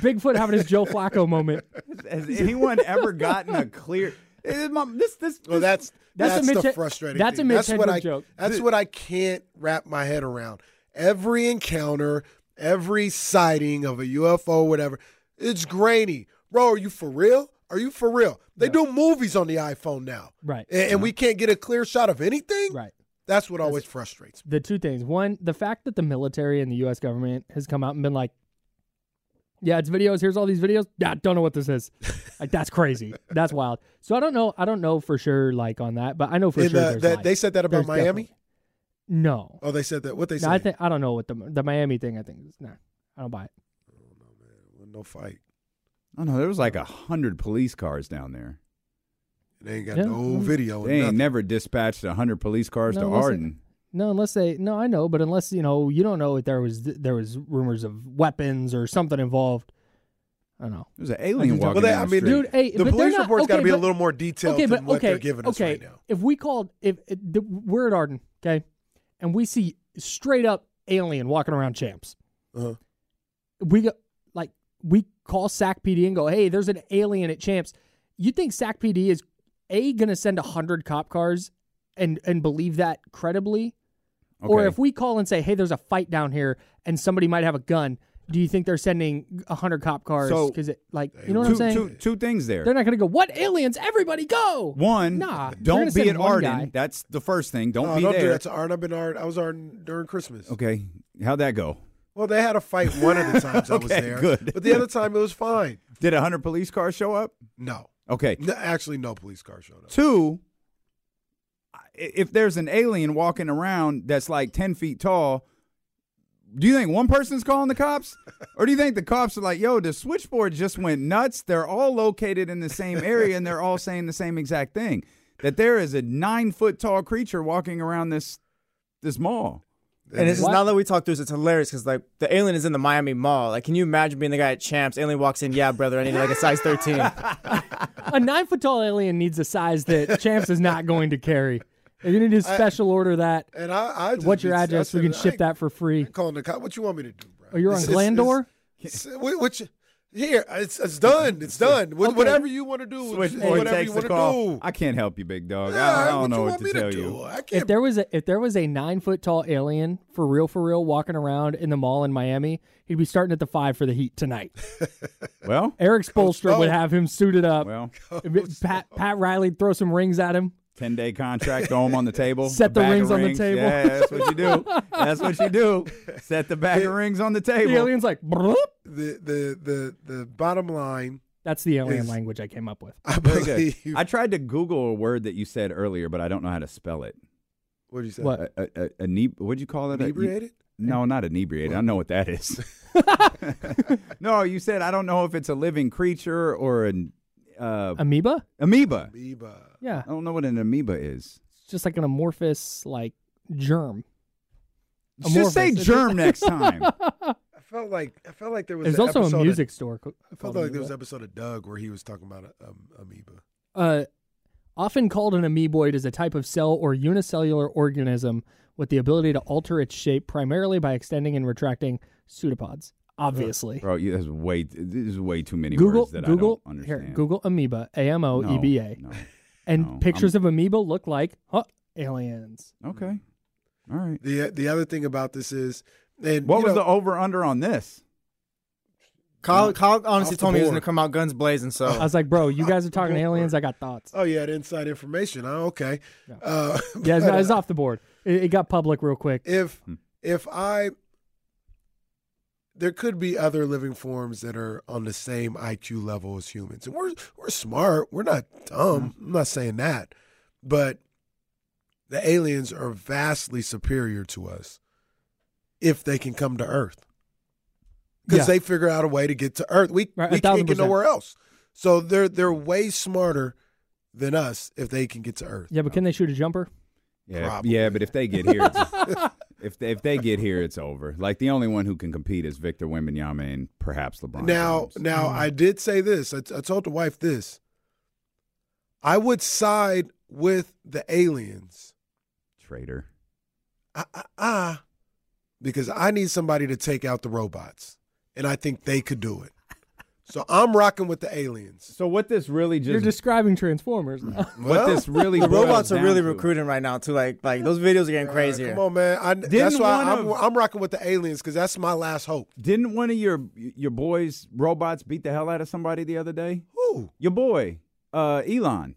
[SPEAKER 6] Bigfoot having his Joe Flacco moment.
[SPEAKER 2] Has anyone ever gotten a clear? Eh, mom, This this. this-
[SPEAKER 3] well, that's
[SPEAKER 6] That's a
[SPEAKER 3] that's,
[SPEAKER 6] Mitch
[SPEAKER 3] the
[SPEAKER 6] Hen-
[SPEAKER 3] frustrating.
[SPEAKER 6] that's a
[SPEAKER 3] thing.
[SPEAKER 6] Mitch
[SPEAKER 3] that's what
[SPEAKER 6] Hedberg
[SPEAKER 3] I,
[SPEAKER 6] joke.
[SPEAKER 3] That's what I can't wrap my head around. Every encounter, every sighting of a UFO, whatever, it's grainy. Bro, are you for real? Are you for real? They do movies on the iPhone now,
[SPEAKER 6] Right.
[SPEAKER 3] And, and we can't get a clear shot of anything.
[SPEAKER 6] Right.
[SPEAKER 3] That's what always frustrates me.
[SPEAKER 6] the two things. One, the fact that the military and the U.S. government has come out and been like, "Yeah, it's videos. Here's all these videos. Yeah, don't know what this is. like, that's crazy. That's wild." So I don't know. I don't know for sure, like on that, but I know for
[SPEAKER 3] And
[SPEAKER 6] sure.
[SPEAKER 3] the-
[SPEAKER 6] there's
[SPEAKER 3] that-
[SPEAKER 6] life.
[SPEAKER 3] they said that about
[SPEAKER 6] There's
[SPEAKER 3] Miami?
[SPEAKER 6] definitely- No,
[SPEAKER 3] Oh, they said that. What they
[SPEAKER 6] no
[SPEAKER 3] said?
[SPEAKER 6] I think I don't know what the the Miami thing. I think is nah. I don't buy it.
[SPEAKER 3] no fight.
[SPEAKER 2] Oh no, there was like a hundred police cars down there.
[SPEAKER 3] They ain't got
[SPEAKER 6] Yeah. Mm-hmm.
[SPEAKER 3] no video.
[SPEAKER 2] They ain't
[SPEAKER 3] Oh, nothing.
[SPEAKER 2] never dispatched a hundred police cars
[SPEAKER 6] No,
[SPEAKER 2] to
[SPEAKER 6] listen.
[SPEAKER 2] Arden.
[SPEAKER 6] No, unless they no, I know, but unless you know, you don't know if there was there was rumors of weapons or something involved. I don't know.
[SPEAKER 2] There's an alien
[SPEAKER 6] Well,
[SPEAKER 2] walking
[SPEAKER 3] they-
[SPEAKER 2] down
[SPEAKER 3] I
[SPEAKER 2] the
[SPEAKER 3] mean,
[SPEAKER 2] street.
[SPEAKER 6] Dude, hey,
[SPEAKER 3] the
[SPEAKER 6] but they're
[SPEAKER 3] police
[SPEAKER 6] not-
[SPEAKER 3] report's got to
[SPEAKER 6] okay,
[SPEAKER 3] be a
[SPEAKER 6] but-
[SPEAKER 3] little more detailed
[SPEAKER 6] okay, but
[SPEAKER 3] than what
[SPEAKER 6] okay,
[SPEAKER 3] they're giving us
[SPEAKER 6] okay.
[SPEAKER 3] right now.
[SPEAKER 6] If we called, if, if the, we're at Arden, okay, and we see straight up alien walking around champs,
[SPEAKER 3] Uh-huh.
[SPEAKER 6] we go like we call SAC PD and go, hey, there's an alien at champs. You think SAC PD is a gonna send hundred cop cars and and believe that credibly, or
[SPEAKER 2] Okay.
[SPEAKER 6] if we call and say, hey, there's a fight down here and somebody might have a gun? Do you think they're sending hundred cop cars?
[SPEAKER 2] So-
[SPEAKER 6] Because it like
[SPEAKER 3] uh,
[SPEAKER 6] you know what I'm
[SPEAKER 2] two,
[SPEAKER 6] saying?
[SPEAKER 2] two, two things there.
[SPEAKER 6] They're not gonna go. What aliens? Everybody go!
[SPEAKER 2] One,
[SPEAKER 6] Nah, they're gonna
[SPEAKER 2] don't
[SPEAKER 6] send
[SPEAKER 2] be at
[SPEAKER 6] one
[SPEAKER 2] Arden.
[SPEAKER 6] guy.
[SPEAKER 2] That's the first thing. Don't
[SPEAKER 3] No,
[SPEAKER 2] be
[SPEAKER 3] Oh, don't do
[SPEAKER 2] there.
[SPEAKER 3] that to Arden. I've been Arden. I was Arden during Christmas.
[SPEAKER 2] okay, how'd that go?
[SPEAKER 3] Well, they had a fight one of the times I was
[SPEAKER 2] Okay,
[SPEAKER 3] there,
[SPEAKER 2] good.
[SPEAKER 3] but the other time it was fine.
[SPEAKER 2] Did a hundred police cars show up?
[SPEAKER 3] No.
[SPEAKER 2] Okay.
[SPEAKER 3] No, actually, no police car showed up.
[SPEAKER 2] Two, i- if there's an alien walking around that's like ten feet tall, do you think one person's calling the cops, or do you think the cops are like, "Yo, the switchboard just went nuts. They're all located in the same area, and they're all saying the same exact thing: that there is a nine foot tall creature walking around this this mall."
[SPEAKER 4] And it's just
[SPEAKER 6] What?
[SPEAKER 4] now that we talk through this, it's hilarious because like the alien is in the Miami Mall. Like, can you imagine being the guy at Champs? Alien walks in, yeah, brother, I need like a size thirteen.
[SPEAKER 6] a nine foot tall alien needs a size that Champs is not going to carry. You're gonna need to special order that.
[SPEAKER 3] And I, I just
[SPEAKER 6] What's your
[SPEAKER 3] be- I
[SPEAKER 6] address? We
[SPEAKER 3] said,
[SPEAKER 6] can
[SPEAKER 3] I
[SPEAKER 6] ship
[SPEAKER 3] ain't-
[SPEAKER 6] that for
[SPEAKER 3] I
[SPEAKER 6] free.
[SPEAKER 3] ain't calling the cop. What you want me to do, bro?
[SPEAKER 6] Oh, you're on Glandor?
[SPEAKER 3] It's, it's, wh- which here it's it's done. It's done. Wh- Whatever you want to do,
[SPEAKER 2] Switch
[SPEAKER 3] wh-
[SPEAKER 2] boy
[SPEAKER 3] whatever you
[SPEAKER 2] takes the
[SPEAKER 3] want to
[SPEAKER 2] call.
[SPEAKER 3] do.
[SPEAKER 2] I can't help you, big dog.
[SPEAKER 3] Yeah,
[SPEAKER 2] I, I don't know
[SPEAKER 3] you
[SPEAKER 2] what
[SPEAKER 3] want
[SPEAKER 2] to
[SPEAKER 3] me
[SPEAKER 2] tell
[SPEAKER 3] do?
[SPEAKER 2] you.
[SPEAKER 3] I
[SPEAKER 6] If
[SPEAKER 3] can't.
[SPEAKER 6] there was a if there was a nine foot tall alien for real for real walking around in the mall in Miami, he'd be starting at the five for the Heat tonight.
[SPEAKER 2] Well,
[SPEAKER 6] Eric Spolstra would
[SPEAKER 3] O.
[SPEAKER 6] have him suited up.
[SPEAKER 2] well,
[SPEAKER 6] If it- Pat Pat Riley'd throw some rings at him.
[SPEAKER 2] ten day contract, throw 'em on the table.
[SPEAKER 6] Set
[SPEAKER 2] a
[SPEAKER 6] the
[SPEAKER 2] bag of
[SPEAKER 6] rings on the table.
[SPEAKER 2] Yeah, that's what you do. That's what you do. Set the bag of rings on the
[SPEAKER 6] The
[SPEAKER 2] table.
[SPEAKER 6] alien's like, "Broop."
[SPEAKER 3] the, the the the bottom line,
[SPEAKER 6] that's the alien
[SPEAKER 3] Is-
[SPEAKER 6] language I came up with.
[SPEAKER 3] I
[SPEAKER 2] Very good.
[SPEAKER 3] believe.
[SPEAKER 2] I tried to Google a word that you said earlier, but I don't know how to spell it.
[SPEAKER 3] What did you say?
[SPEAKER 6] What?
[SPEAKER 2] A, a, a, ine- what'd you call it? A-
[SPEAKER 3] Inebriated?
[SPEAKER 2] No, not inebriated. I know what that is. no, you said I don't know if it's a living creature or an uh,
[SPEAKER 6] Amoeba?
[SPEAKER 2] amoeba.
[SPEAKER 3] Amoeba.
[SPEAKER 6] Yeah,
[SPEAKER 2] I don't know what an amoeba is.
[SPEAKER 6] it's just like an amorphous like germ.
[SPEAKER 2] Just say
[SPEAKER 6] Amorphous.
[SPEAKER 2] germ next time.
[SPEAKER 3] I felt like I felt like there was.
[SPEAKER 6] There's
[SPEAKER 3] an
[SPEAKER 6] also
[SPEAKER 3] episode
[SPEAKER 6] a
[SPEAKER 3] of-
[SPEAKER 6] music store. co-
[SPEAKER 3] I felt
[SPEAKER 6] called
[SPEAKER 3] like there was
[SPEAKER 6] Amoeba.
[SPEAKER 3] an episode of Doug where he was talking about um, amoeba.
[SPEAKER 6] uh, often called an amoeboid, is a type of cell or unicellular organism with the ability to alter its shape primarily by extending and retracting pseudopods. Obviously,
[SPEAKER 2] Bro, you, there's way this is way too many
[SPEAKER 6] Google
[SPEAKER 2] words that
[SPEAKER 6] Google
[SPEAKER 2] I don't
[SPEAKER 6] here
[SPEAKER 2] understand.
[SPEAKER 6] Google amoeba A M O
[SPEAKER 2] No,
[SPEAKER 6] E B A,
[SPEAKER 2] no.
[SPEAKER 6] and
[SPEAKER 2] no,
[SPEAKER 6] pictures of amoeba look like huh, aliens.
[SPEAKER 2] Okay. All right.
[SPEAKER 3] The the other thing about this is, and
[SPEAKER 2] What
[SPEAKER 3] you
[SPEAKER 2] was
[SPEAKER 3] know,
[SPEAKER 2] the over under on this?
[SPEAKER 4] Kyle, Kyle honestly
[SPEAKER 3] Off the
[SPEAKER 4] told me he was
[SPEAKER 3] board.
[SPEAKER 4] gonna come out guns blazing. So
[SPEAKER 6] I was like, bro, you guys are talking aliens. I got thoughts.
[SPEAKER 3] Oh yeah, the inside information. Oh, okay. Uh,
[SPEAKER 6] Yeah, it's,
[SPEAKER 3] but,
[SPEAKER 6] it's
[SPEAKER 3] uh,
[SPEAKER 6] off the board. It, it got public real quick.
[SPEAKER 3] if if I there could be other living forms that are on the same IQ level as humans. And we're we're smart. We're not dumb.
[SPEAKER 6] Mm-hmm.
[SPEAKER 3] I'm not saying that. But the aliens are vastly superior to us if they can come to Earth. Because
[SPEAKER 6] Yeah.
[SPEAKER 3] they figure out a way to get to Earth. We,
[SPEAKER 6] Right, a
[SPEAKER 3] we
[SPEAKER 6] thousand
[SPEAKER 3] can't get
[SPEAKER 6] percent.
[SPEAKER 3] nowhere else. So they're they're way smarter than us if they can get to Earth.
[SPEAKER 6] Yeah, but can they shoot a jumper?
[SPEAKER 2] Yeah,
[SPEAKER 3] Probably.
[SPEAKER 2] yeah, but if they get here, it's, if they, if they get here, it's over. Like the only one who can compete is Victor Wembanyama and perhaps LeBron.
[SPEAKER 3] Now,
[SPEAKER 2] James.
[SPEAKER 3] now I did say this. I, I told the wife this. I would side with the aliens.
[SPEAKER 2] traitor.
[SPEAKER 3] Ah, ah, ah, because I need somebody to take out the robots, and I think they could do it. So I'm rocking with the aliens.
[SPEAKER 2] So what this really just,
[SPEAKER 6] You're describing Transformers. now.
[SPEAKER 3] Well,
[SPEAKER 2] what this really
[SPEAKER 4] the
[SPEAKER 2] boils
[SPEAKER 4] robots are
[SPEAKER 2] down
[SPEAKER 4] really
[SPEAKER 2] to-
[SPEAKER 4] recruiting right now too. Like like those videos are getting crazier.
[SPEAKER 3] Come on, man. I, that's
[SPEAKER 2] Didn't
[SPEAKER 3] why
[SPEAKER 2] one
[SPEAKER 3] I'm,
[SPEAKER 2] of-
[SPEAKER 3] I'm rocking with the aliens because that's my last hope.
[SPEAKER 2] Didn't one of your your boys robots beat the hell out of somebody the other day?
[SPEAKER 3] Woo!
[SPEAKER 2] Your boy, uh, Elon.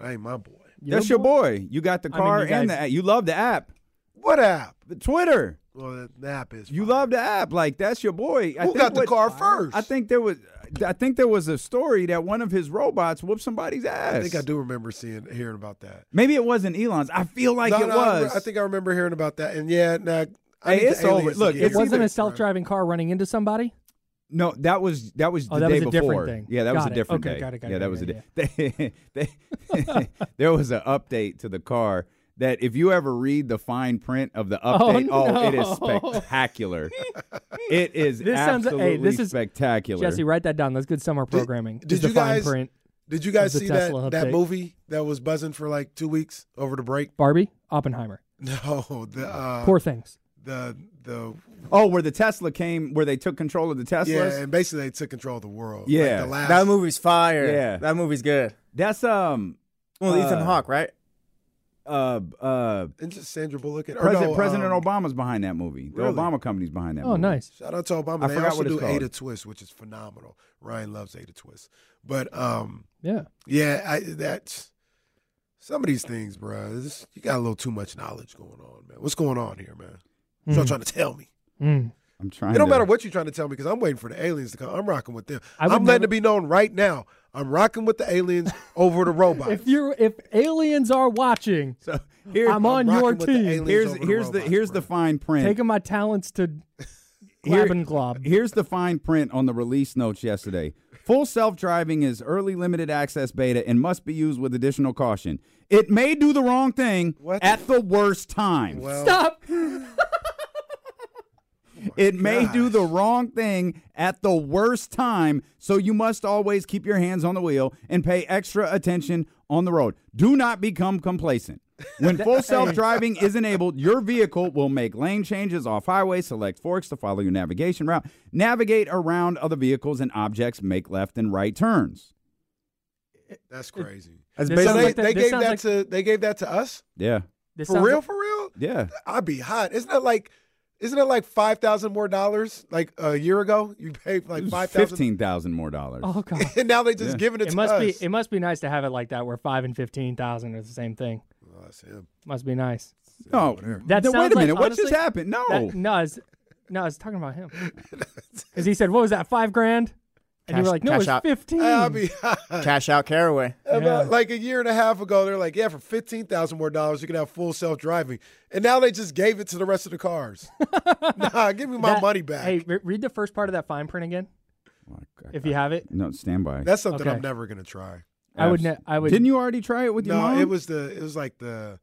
[SPEAKER 3] That ain't my boy.
[SPEAKER 2] That's your boy. You got the
[SPEAKER 6] I mean,
[SPEAKER 2] car
[SPEAKER 6] you
[SPEAKER 2] and the
[SPEAKER 6] guys-
[SPEAKER 2] app. You love the app.
[SPEAKER 3] What app?
[SPEAKER 2] The Twitter.
[SPEAKER 3] Well, the app is.
[SPEAKER 2] You
[SPEAKER 3] fine.
[SPEAKER 2] love the app. Like that's your boy. I
[SPEAKER 3] Who
[SPEAKER 2] think
[SPEAKER 3] got the
[SPEAKER 2] what-
[SPEAKER 3] car first?
[SPEAKER 2] I think there was I think there was a story that one of his robots whooped somebody's ass.
[SPEAKER 3] I think I do remember seeing hearing about that.
[SPEAKER 2] Maybe it wasn't Elon's. I feel like
[SPEAKER 3] No,
[SPEAKER 2] it
[SPEAKER 3] no, I,
[SPEAKER 2] was.
[SPEAKER 3] remember- I think I remember hearing about that. And yeah, nah,
[SPEAKER 2] Hey,
[SPEAKER 3] I need the
[SPEAKER 2] it's over.
[SPEAKER 3] aliens to
[SPEAKER 2] Look,
[SPEAKER 3] get
[SPEAKER 2] it's
[SPEAKER 6] It
[SPEAKER 3] here.
[SPEAKER 6] wasn't a self-driving car running into somebody.
[SPEAKER 2] no, that was that was the
[SPEAKER 6] Oh, that
[SPEAKER 2] day
[SPEAKER 6] was a different
[SPEAKER 2] before.
[SPEAKER 6] thing.
[SPEAKER 2] Yeah, that was
[SPEAKER 6] Got
[SPEAKER 2] a
[SPEAKER 6] it.
[SPEAKER 2] different
[SPEAKER 6] Okay,
[SPEAKER 2] day.
[SPEAKER 6] got it, got it,
[SPEAKER 2] yeah,
[SPEAKER 6] got
[SPEAKER 2] that
[SPEAKER 6] it,
[SPEAKER 2] was
[SPEAKER 6] yeah,
[SPEAKER 2] a di- they- there was an update to the car that if you ever read the fine print of the update, oh, it is
[SPEAKER 6] Oh, no.
[SPEAKER 2] spectacular. it is
[SPEAKER 6] This sounds- hey,
[SPEAKER 2] absolutely
[SPEAKER 6] this is-
[SPEAKER 2] spectacular.
[SPEAKER 6] Jesse, write that down. That's good summer programming.
[SPEAKER 3] did
[SPEAKER 6] Is the
[SPEAKER 3] you
[SPEAKER 6] fine
[SPEAKER 3] guys-
[SPEAKER 6] print.
[SPEAKER 3] Did you guys
[SPEAKER 6] Of the
[SPEAKER 3] see that
[SPEAKER 6] Tesla
[SPEAKER 3] that
[SPEAKER 6] update.
[SPEAKER 3] movie that was buzzing for like two weeks over the break?
[SPEAKER 6] Barbie Oppenheimer?
[SPEAKER 3] No, the uh,
[SPEAKER 6] Poor things.
[SPEAKER 3] the the
[SPEAKER 2] oh, where the Tesla came, where they took control of the Teslas.
[SPEAKER 3] yeah, and basically they took control of the world. Like,
[SPEAKER 2] Yeah.
[SPEAKER 3] the last,
[SPEAKER 4] That movie's fire.
[SPEAKER 2] Yeah.
[SPEAKER 4] That movie's good.
[SPEAKER 2] That's um
[SPEAKER 4] Well, Ethan
[SPEAKER 2] Uh,
[SPEAKER 4] Hawke, right?
[SPEAKER 2] uh uh
[SPEAKER 3] and just Sandra Bullock and or
[SPEAKER 2] President,
[SPEAKER 3] no,
[SPEAKER 2] President
[SPEAKER 3] um,
[SPEAKER 2] Obama's behind that movie. The
[SPEAKER 3] Really?
[SPEAKER 2] Obama company's behind that.
[SPEAKER 6] Oh,
[SPEAKER 2] movie.
[SPEAKER 6] nice.
[SPEAKER 3] Shout out to Obama.
[SPEAKER 2] I
[SPEAKER 3] they
[SPEAKER 2] forgot
[SPEAKER 3] also
[SPEAKER 2] what it's
[SPEAKER 3] do
[SPEAKER 2] called.
[SPEAKER 3] Ada Twist, which is phenomenal. Ryan loves Ada Twist, but um,
[SPEAKER 6] Yeah.
[SPEAKER 3] yeah, I, that's some of these things, bro. This, you got a little too much knowledge going on, man. What's going on here, man? What
[SPEAKER 6] Hmm.
[SPEAKER 3] y'all trying to tell me?
[SPEAKER 6] Mm.
[SPEAKER 2] I'm trying.
[SPEAKER 3] It don't
[SPEAKER 2] to-
[SPEAKER 3] matter what you're trying to tell me because I'm waiting for the aliens to come. I'm rocking with them.
[SPEAKER 6] I
[SPEAKER 3] I'm
[SPEAKER 6] would
[SPEAKER 3] letting
[SPEAKER 6] never-
[SPEAKER 3] it be known right now. I'm rocking with the aliens over the robots.
[SPEAKER 6] If you if aliens are watching,
[SPEAKER 2] So here,
[SPEAKER 6] I'm on
[SPEAKER 3] rocking
[SPEAKER 6] your
[SPEAKER 3] with the
[SPEAKER 6] team.
[SPEAKER 3] aliens
[SPEAKER 2] here's
[SPEAKER 3] over the
[SPEAKER 2] here's the
[SPEAKER 3] robots,
[SPEAKER 2] here's
[SPEAKER 3] bro.
[SPEAKER 2] the fine print.
[SPEAKER 6] Taking my talents to
[SPEAKER 2] Here-
[SPEAKER 6] glab and glob.
[SPEAKER 2] Here's the fine print on the release notes yesterday. Full self driving is early limited access beta and must be used with additional caution. It may do the wrong thing
[SPEAKER 3] What?
[SPEAKER 2] at the worst time.
[SPEAKER 3] Well,
[SPEAKER 6] Stop.
[SPEAKER 2] it may do the wrong thing at the worst time, so you must always keep your hands on the wheel and pay extra attention on the road. Do not become complacent. When full self driving is enabled, your vehicle will make lane changes off highway, select forks to follow your navigation route, navigate around other vehicles and objects, make left and right turns.
[SPEAKER 3] That's crazy.
[SPEAKER 4] That's
[SPEAKER 6] This
[SPEAKER 3] So
[SPEAKER 6] sounds
[SPEAKER 3] they,
[SPEAKER 4] basically
[SPEAKER 6] like that-
[SPEAKER 3] they
[SPEAKER 6] this
[SPEAKER 3] gave
[SPEAKER 6] sounds
[SPEAKER 3] that
[SPEAKER 6] like-
[SPEAKER 3] to they gave that to us
[SPEAKER 2] Yeah.
[SPEAKER 6] This
[SPEAKER 3] for
[SPEAKER 6] sounds
[SPEAKER 3] real
[SPEAKER 6] like-
[SPEAKER 3] for real.
[SPEAKER 2] Yeah.
[SPEAKER 3] I'd be hot. Isn't that like? Isn't it like five thousand more dollars? Like a year ago, you paid like five thousand,
[SPEAKER 2] Fifteen thousand more dollars.
[SPEAKER 6] oh god.
[SPEAKER 3] and now they just
[SPEAKER 2] Yeah.
[SPEAKER 3] giving it,
[SPEAKER 6] It
[SPEAKER 3] to
[SPEAKER 6] must
[SPEAKER 3] us.
[SPEAKER 6] be it must be nice to have it like that where five and fifteen thousand are the same thing.
[SPEAKER 3] Oh, that's him.
[SPEAKER 6] Must be nice.
[SPEAKER 2] No,
[SPEAKER 6] That
[SPEAKER 2] no,
[SPEAKER 6] sounds
[SPEAKER 2] wait a
[SPEAKER 6] like,
[SPEAKER 2] minute. what just
[SPEAKER 6] honestly,
[SPEAKER 2] happened? No,
[SPEAKER 6] That, no, it's no, it's talking about him. Because he said, "What was that? Five grand?" And you
[SPEAKER 4] Cash-
[SPEAKER 6] were like, "No,
[SPEAKER 4] cash
[SPEAKER 6] it's
[SPEAKER 4] out.
[SPEAKER 6] fifteen.
[SPEAKER 3] I'll be hot.
[SPEAKER 4] cash out Caraway.
[SPEAKER 3] About
[SPEAKER 6] Yeah.
[SPEAKER 3] like a year and a half ago, they're like, yeah, for fifteen thousand more dollars, you can have full self driving, and now they just gave it to the rest of the cars. nah, give me my
[SPEAKER 6] That-
[SPEAKER 3] money back.
[SPEAKER 6] Hey, re- read the first part of that fine print again,
[SPEAKER 2] Oh
[SPEAKER 6] if you have it.
[SPEAKER 2] no, stand by.
[SPEAKER 3] That's something
[SPEAKER 6] okay.
[SPEAKER 3] I'm never gonna try.
[SPEAKER 6] I would. Ne- I would.
[SPEAKER 2] Didn't you already try it with your
[SPEAKER 3] no,
[SPEAKER 2] mom?
[SPEAKER 3] it was the it was like the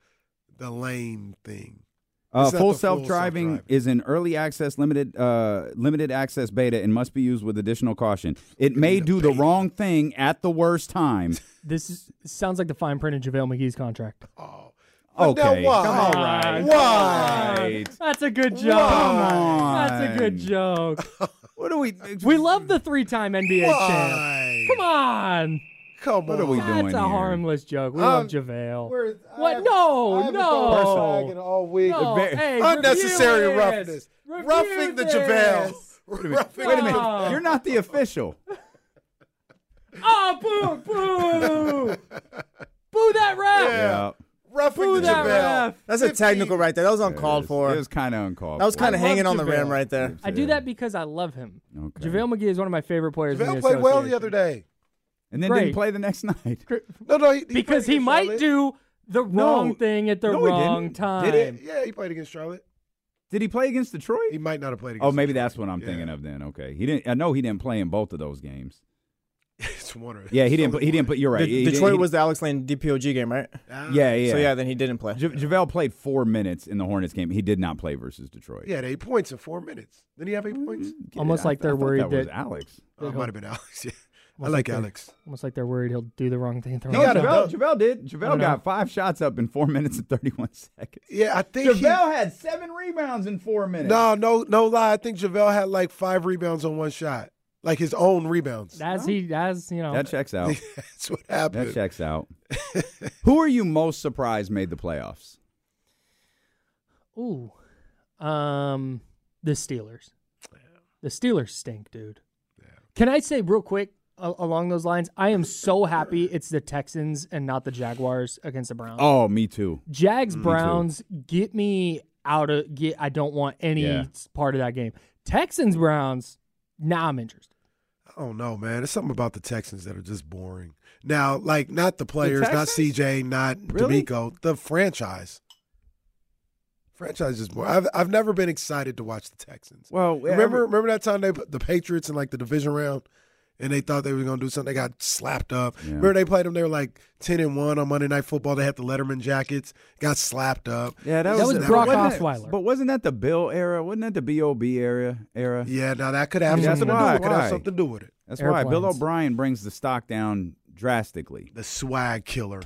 [SPEAKER 3] the lane thing.
[SPEAKER 2] Uh,
[SPEAKER 3] It's not
[SPEAKER 2] full
[SPEAKER 3] the full
[SPEAKER 2] self driving
[SPEAKER 3] self-driving.
[SPEAKER 2] is an early access, limited uh, limited access beta, and must be used with additional caution. It may do the wrong thing at the worst time.
[SPEAKER 6] This is, sounds like the fine print in JaVale McGee's contract.
[SPEAKER 3] Oh, But now
[SPEAKER 2] Okay,
[SPEAKER 3] why?
[SPEAKER 2] all
[SPEAKER 6] Come
[SPEAKER 2] right,
[SPEAKER 6] on.
[SPEAKER 3] Why?
[SPEAKER 2] Right.
[SPEAKER 6] That's a good joke.
[SPEAKER 2] Why?
[SPEAKER 6] That's a good joke.
[SPEAKER 2] What are we?
[SPEAKER 6] We love the three-time NBA champ.
[SPEAKER 3] Why?
[SPEAKER 6] Come on.
[SPEAKER 3] Come on,
[SPEAKER 2] What are we doing
[SPEAKER 6] That's a
[SPEAKER 2] here?
[SPEAKER 6] harmless joke. We love
[SPEAKER 3] Um,
[SPEAKER 6] JaVale.
[SPEAKER 3] Where's- I
[SPEAKER 6] What?
[SPEAKER 3] haven't-
[SPEAKER 6] No,
[SPEAKER 3] I haven't
[SPEAKER 6] no.
[SPEAKER 3] gone sagging all week.
[SPEAKER 6] No,
[SPEAKER 2] very-
[SPEAKER 6] hey,
[SPEAKER 3] Unnecessary
[SPEAKER 6] review
[SPEAKER 3] roughness.
[SPEAKER 6] this. Review
[SPEAKER 3] Roughing the
[SPEAKER 6] this.
[SPEAKER 3] JaVale. Roughing
[SPEAKER 2] Wait a
[SPEAKER 3] the-
[SPEAKER 2] minute, you're not the official.
[SPEAKER 6] Oh, boo, boo. boo that ref.
[SPEAKER 3] Yeah.
[SPEAKER 6] Boo
[SPEAKER 3] Roughing the
[SPEAKER 6] that
[SPEAKER 3] JaVale.
[SPEAKER 6] ref.
[SPEAKER 4] That's a technical right there. That was uncalled for.
[SPEAKER 2] It was kind of uncalled.
[SPEAKER 4] that was
[SPEAKER 2] for.
[SPEAKER 4] kind of
[SPEAKER 6] I love
[SPEAKER 4] hanging on the
[SPEAKER 6] JaVale.
[SPEAKER 4] rim right there.
[SPEAKER 6] I do that because I love him.
[SPEAKER 2] Okay.
[SPEAKER 6] JaVale McGee is one of my favorite players in
[SPEAKER 3] JaVale
[SPEAKER 6] the
[SPEAKER 3] played well the
[SPEAKER 6] association.
[SPEAKER 3] other day.
[SPEAKER 2] and then
[SPEAKER 6] Great.
[SPEAKER 2] didn't play the next night.
[SPEAKER 3] No, no, he, he played
[SPEAKER 6] Because he
[SPEAKER 3] against
[SPEAKER 6] might
[SPEAKER 3] Charlotte.
[SPEAKER 6] do the wrong thing at the
[SPEAKER 2] No, he
[SPEAKER 6] wrong
[SPEAKER 2] didn't.
[SPEAKER 6] time.
[SPEAKER 2] Did he?
[SPEAKER 3] Yeah, he played against Charlotte.
[SPEAKER 2] Did he play against Detroit?
[SPEAKER 3] He might not have played against.
[SPEAKER 2] Oh, maybe that's what I'm
[SPEAKER 3] Yeah.
[SPEAKER 2] thinking of then. Okay, he didn't. I know he didn't play in both of those games.
[SPEAKER 3] it's one or
[SPEAKER 2] Yeah, he didn't.
[SPEAKER 3] Only
[SPEAKER 2] He didn't. But you're right.
[SPEAKER 4] The-
[SPEAKER 2] He- he-
[SPEAKER 4] Detroit
[SPEAKER 2] he-
[SPEAKER 4] was the Alex Lane DPOG game, right?
[SPEAKER 3] one.
[SPEAKER 2] Yeah, yeah.
[SPEAKER 4] So yeah, then he didn't play.
[SPEAKER 2] Ja- JaVale played four minutes in the Hornets game. He did not play versus Detroit.
[SPEAKER 3] He had eight points in four minutes. Did he have eight points?
[SPEAKER 2] Get
[SPEAKER 6] Almost
[SPEAKER 2] it. I-
[SPEAKER 6] like
[SPEAKER 2] I
[SPEAKER 6] they're
[SPEAKER 2] thought
[SPEAKER 6] worried
[SPEAKER 2] that was
[SPEAKER 6] that-
[SPEAKER 2] Alex.
[SPEAKER 3] Oh, it might have been Alex. Yeah. I
[SPEAKER 6] Was
[SPEAKER 3] like
[SPEAKER 6] it the-
[SPEAKER 3] Alex.
[SPEAKER 6] Almost like they're worried he'll do the wrong thing at the
[SPEAKER 3] He
[SPEAKER 6] wrong
[SPEAKER 3] got a
[SPEAKER 6] time.
[SPEAKER 3] dunk.
[SPEAKER 2] JaVale, JaVale did.
[SPEAKER 6] I know.
[SPEAKER 2] JaVale got five shots up in four minutes and 31 seconds.
[SPEAKER 3] Yeah, I think. He,
[SPEAKER 2] JaVale had seven rebounds in four minutes.
[SPEAKER 3] no, no, no lie. I think Javale had like five rebounds on one shot, like his own rebounds.
[SPEAKER 6] As he, as you know,
[SPEAKER 2] That checks out.
[SPEAKER 3] That's what happened.
[SPEAKER 2] That checks out. Who are you most surprised made the playoffs?
[SPEAKER 6] Ooh. Um the Steelers. The Steelers stink, dude. Can I say real quick a- along those lines, I am so happy it's the Texans and not the Jaguars against the Browns.
[SPEAKER 2] Oh, me too.
[SPEAKER 6] Jags Browns get me out of get I don't want any
[SPEAKER 2] Yeah.
[SPEAKER 6] s- part of that game. Texans Browns, now I'm interested.
[SPEAKER 3] I don't know, man. There's something about the Texans that are just boring. Now, like not the players, not
[SPEAKER 2] Texans?
[SPEAKER 3] CJ, not
[SPEAKER 2] Really?
[SPEAKER 3] D'Amico, the franchise. Franchise is boring. I've I've never been excited to watch the Texans.
[SPEAKER 2] Well,
[SPEAKER 3] remember remember that time they put the Patriots in like the division round, and they thought they were gonna do something. They got slapped up. Remember they played them. They were like ten and one on Monday Night Football. They had the Letterman jackets. Got slapped up.
[SPEAKER 2] Yeah, that,
[SPEAKER 6] That was Brock
[SPEAKER 2] wasn't that-
[SPEAKER 6] Osweiler.
[SPEAKER 2] But wasn't that the Bill era? Wasn't that the B.O.B. era? era?
[SPEAKER 3] Yeah, now that could have
[SPEAKER 2] Yeah, that's
[SPEAKER 3] something to do.
[SPEAKER 2] why-
[SPEAKER 3] With, it. could
[SPEAKER 2] why.
[SPEAKER 3] have something to do with it.
[SPEAKER 2] That's why Bill
[SPEAKER 6] Airplanes.
[SPEAKER 2] O'Brien brings the stock down drastically.
[SPEAKER 3] The swag killer.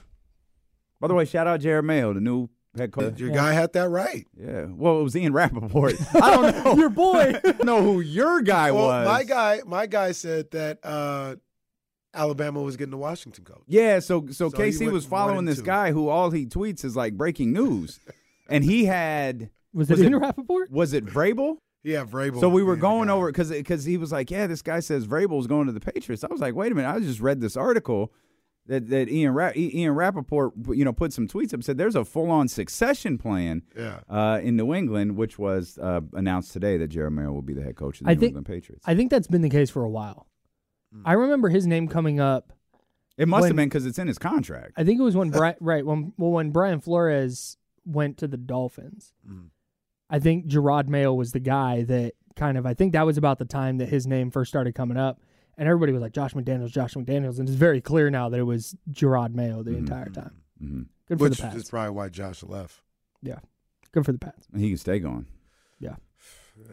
[SPEAKER 2] By the way, shout out Jared Mayo, the new head coach.
[SPEAKER 3] Your guy had that right.
[SPEAKER 2] Yeah. Well, it was Ian Rappaport. I don't know.
[SPEAKER 6] Your boy.
[SPEAKER 2] I don't know who your guy
[SPEAKER 3] well,
[SPEAKER 2] was.
[SPEAKER 3] my guy, my guy said that uh, Alabama was getting the Washington coach.
[SPEAKER 2] Yeah, so so,
[SPEAKER 3] So he
[SPEAKER 2] KC
[SPEAKER 3] went
[SPEAKER 2] was
[SPEAKER 3] one and
[SPEAKER 2] following this
[SPEAKER 3] two.
[SPEAKER 2] guy who all he tweets is like breaking news. and he had
[SPEAKER 6] Was,
[SPEAKER 2] Was
[SPEAKER 6] it in
[SPEAKER 2] it-
[SPEAKER 6] Rappaport?
[SPEAKER 2] was it Vrabel?
[SPEAKER 3] Yeah, Vrabel.
[SPEAKER 2] So we
[SPEAKER 3] was
[SPEAKER 2] were
[SPEAKER 3] being the
[SPEAKER 2] going
[SPEAKER 3] guy.
[SPEAKER 2] over because because he was like, yeah, this guy says Vrabel's going to the Patriots. I was like, wait a minute, I just read this article that that Ian Ra- I- Ian Rappaport you know put some tweets up said there's a full on succession plan
[SPEAKER 3] Yeah.
[SPEAKER 2] uh, in New England, which was uh, announced today that Jeremiah will be the head coach of the
[SPEAKER 6] I
[SPEAKER 2] New
[SPEAKER 6] think-
[SPEAKER 2] England Patriots.
[SPEAKER 6] I think that's been the case for a while.
[SPEAKER 2] Hmm.
[SPEAKER 6] I remember his name coming up
[SPEAKER 2] it must have
[SPEAKER 6] when-
[SPEAKER 2] been because it's in his contract.
[SPEAKER 6] I think it was when Brian, right when well when Brian Flores went to the Dolphins.
[SPEAKER 3] Mm-hmm.
[SPEAKER 6] I think Gerard Mayo was the guy that kind of I think that was about the time that his name first started coming up, and everybody was like Josh McDaniels, Josh McDaniels, and it's very clear now that it was Gerard Mayo the entire time.
[SPEAKER 2] Mhm.
[SPEAKER 6] Good
[SPEAKER 3] Mm-hmm.
[SPEAKER 6] for
[SPEAKER 3] which
[SPEAKER 6] the
[SPEAKER 3] is
[SPEAKER 6] Pats.
[SPEAKER 3] probably why Josh left.
[SPEAKER 6] Yeah, good for the Pats.
[SPEAKER 2] He can stay going.
[SPEAKER 6] Yeah,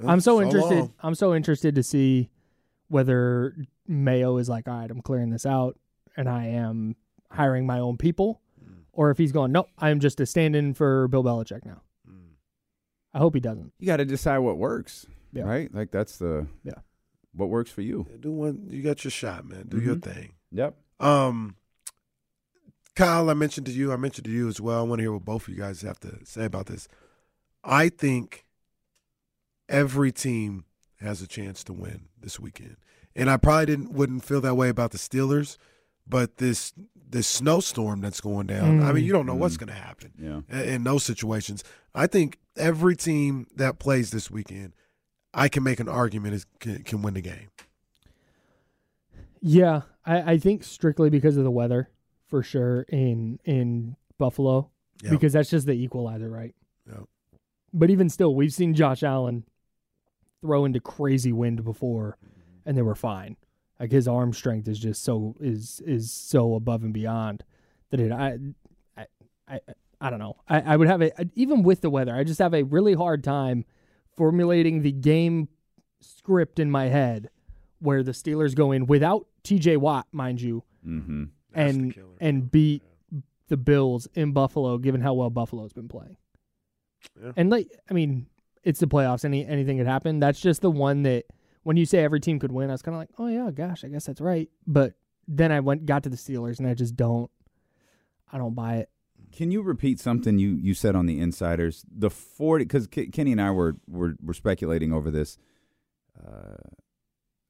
[SPEAKER 6] I'm so,
[SPEAKER 3] So
[SPEAKER 6] interested.
[SPEAKER 3] long.
[SPEAKER 6] I'm so interested to see whether Mayo is like, all right, I'm clearing this out, and I am hiring my own people, or if he's going, no, I'm just a stand-in for Bill Belichick now. I hope he doesn't.
[SPEAKER 2] You got to decide what works,
[SPEAKER 6] Yeah.
[SPEAKER 2] right? Like that's the
[SPEAKER 6] Yeah.
[SPEAKER 2] what works for you.
[SPEAKER 3] Yeah, do one. You got your shot, man. Do your
[SPEAKER 2] Mm-hmm.
[SPEAKER 3] thing.
[SPEAKER 2] Yep.
[SPEAKER 3] Um, Kyle, I mentioned to you, I mentioned to you as well. I want to hear what both of you guys have to say about this. I think every team has a chance to win this weekend, and I probably didn't wouldn't feel that way about the Steelers, but this this snowstorm that's going down. I mean, you don't know what's going to happen
[SPEAKER 2] Yeah.
[SPEAKER 3] in, in those situations. I think every team that plays this weekend, I can make an argument is can, can win the game.
[SPEAKER 6] Yeah, I, I think strictly because of the weather, for sure in in Buffalo,
[SPEAKER 3] Yeah.
[SPEAKER 6] because that's just the equalizer, right?
[SPEAKER 3] Yeah.
[SPEAKER 6] But even still, we've seen Josh Allen throw into crazy wind before, and they were fine. Like his arm strength is just so is is so above and beyond that it I I I, I don't know. I, I would have a even with the weather, I just have a really hard time formulating the game script in my head where the Steelers go in without T.J. Watt, mind you,
[SPEAKER 2] Mm-hmm.
[SPEAKER 3] That's the
[SPEAKER 6] and
[SPEAKER 3] killer.
[SPEAKER 6] and beat the Bills in Buffalo, given how well Buffalo's been playing.
[SPEAKER 3] Yeah.
[SPEAKER 6] And like, I mean, it's the playoffs. Any anything could happen. That's just the one that when you say every team could win, I was kind of like, oh yeah, gosh, I guess that's right. But then I went got to the Steelers, and I just don't, I don't buy it.
[SPEAKER 2] Can you repeat something you, you said on the insiders? The forty because Kenny and I were, were were speculating over this uh,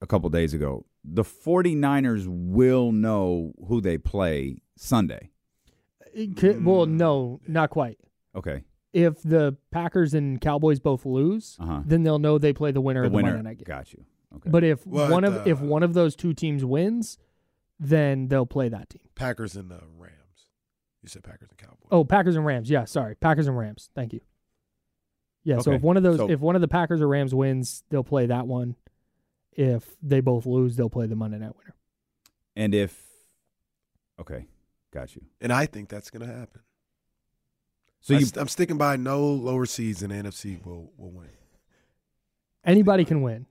[SPEAKER 2] a couple days ago. The 49ers will know who they play Sunday.
[SPEAKER 6] It could- well,
[SPEAKER 3] Mm.
[SPEAKER 6] no, not quite.
[SPEAKER 2] Okay,
[SPEAKER 6] If the Packers and Cowboys both lose,
[SPEAKER 2] Uh-huh.
[SPEAKER 6] then they'll know they play the winner of the Monday night game.
[SPEAKER 2] Got you. Okay,
[SPEAKER 6] But if
[SPEAKER 3] But,
[SPEAKER 6] one of if
[SPEAKER 3] uh,
[SPEAKER 6] one of those two teams wins, then they'll play that team.
[SPEAKER 3] Packers and the Rams. You said Packers and Cowboys.
[SPEAKER 6] Oh, Packers and Rams. Yeah, sorry, Packers and Rams. Thank you. Yeah. So
[SPEAKER 2] Okay,
[SPEAKER 6] if one of those,
[SPEAKER 2] so-
[SPEAKER 6] if one of the Packers or Rams wins, they'll play that one. If they both lose, they'll play the Monday night winner.
[SPEAKER 2] and if okay, got you.
[SPEAKER 3] And I think that's going to happen.
[SPEAKER 2] So
[SPEAKER 3] I
[SPEAKER 2] you
[SPEAKER 3] st- I'm sticking by no lower seeds in the NFC will will win.
[SPEAKER 6] Anybody can win,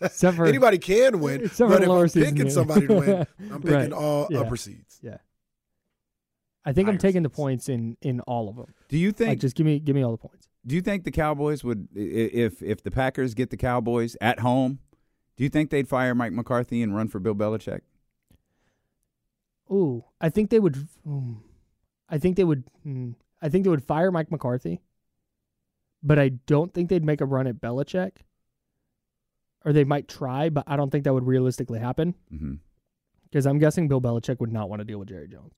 [SPEAKER 6] except for
[SPEAKER 3] Anybody can win,
[SPEAKER 6] Except for
[SPEAKER 3] but
[SPEAKER 6] the
[SPEAKER 3] if
[SPEAKER 6] lower
[SPEAKER 3] I'm
[SPEAKER 6] seeds in
[SPEAKER 3] picking
[SPEAKER 6] the-
[SPEAKER 3] somebody to win, I'm picking
[SPEAKER 6] Right,
[SPEAKER 3] all
[SPEAKER 6] yeah.
[SPEAKER 3] upper seeds.
[SPEAKER 6] Yeah. I think I'm
[SPEAKER 3] Tigers.
[SPEAKER 6] taking the points in in all of them.
[SPEAKER 2] do you think
[SPEAKER 6] Like, just give me give me all the points.
[SPEAKER 2] Do you think the Cowboys would i- i- if if the Packers get the Cowboys at home? Do you think they'd fire Mike McCarthy and run for Bill Belichick?
[SPEAKER 6] Ooh, I think they would. mm, I think they would. mm, I think they would fire Mike McCarthy, but I don't think they'd make a run at Belichick. Or they might try, but I don't think that would realistically happen
[SPEAKER 2] Mm-hmm.
[SPEAKER 6] because I'm guessing Bill Belichick would not want to deal with Jerry Jones.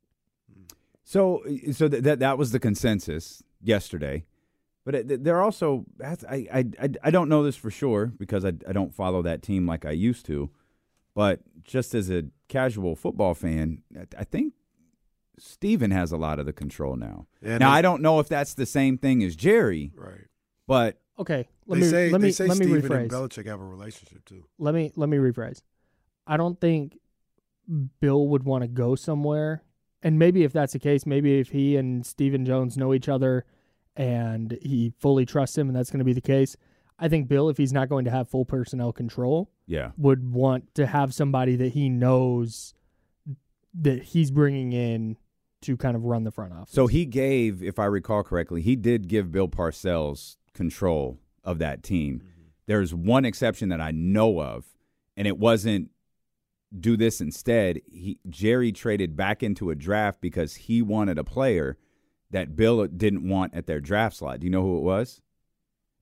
[SPEAKER 2] So so th- that that was the consensus yesterday. But it- they're also that's- I I I- I don't know this for sure because I I don't follow that team like I used to. But just as a casual football fan, I- I think Steven has a lot of the control now.
[SPEAKER 3] Yeah,
[SPEAKER 2] now
[SPEAKER 3] they-
[SPEAKER 2] I don't know if that's the same thing as Jerry,
[SPEAKER 3] Right.
[SPEAKER 2] but
[SPEAKER 6] Okay, let
[SPEAKER 3] they
[SPEAKER 6] me
[SPEAKER 3] say
[SPEAKER 6] let me
[SPEAKER 3] they say
[SPEAKER 6] let me
[SPEAKER 3] Steven
[SPEAKER 6] rephrase.
[SPEAKER 3] and Belichick have a relationship too.
[SPEAKER 6] let me let me rephrase. I don't think Bill would want to go somewhere. And maybe if that's the case, maybe if he and Stephen Jones know each other and he fully trusts him and that's going to be the case, I think Bill if he's not going to have full personnel control
[SPEAKER 2] yeah,
[SPEAKER 6] would want to have somebody that he knows that he's bringing in to kind of run the front office.
[SPEAKER 2] So he gave, if I recall correctly, he did give Bill Parcells control of that team. There's one exception that I know of, and it wasn't do this instead. He Jerry traded back into a draft because he wanted a player that Bill didn't want at their draft slot. Do you know who it was?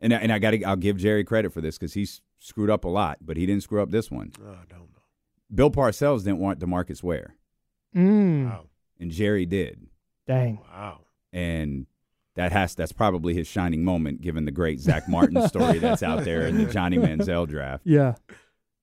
[SPEAKER 2] And I- and I got to I'll give Jerry credit for this because he s- screwed up a lot, but he didn't screw up this one.
[SPEAKER 3] Oh, I don't know.
[SPEAKER 2] Bill Parcells didn't want Demarcus Ware,
[SPEAKER 6] Mm,
[SPEAKER 3] Wow.
[SPEAKER 2] and Jerry did.
[SPEAKER 6] dang.
[SPEAKER 3] Wow.
[SPEAKER 2] and that has that's probably his shining moment, given the great Zach Martin story that's out there in the Johnny Manziel draft.
[SPEAKER 6] Yeah.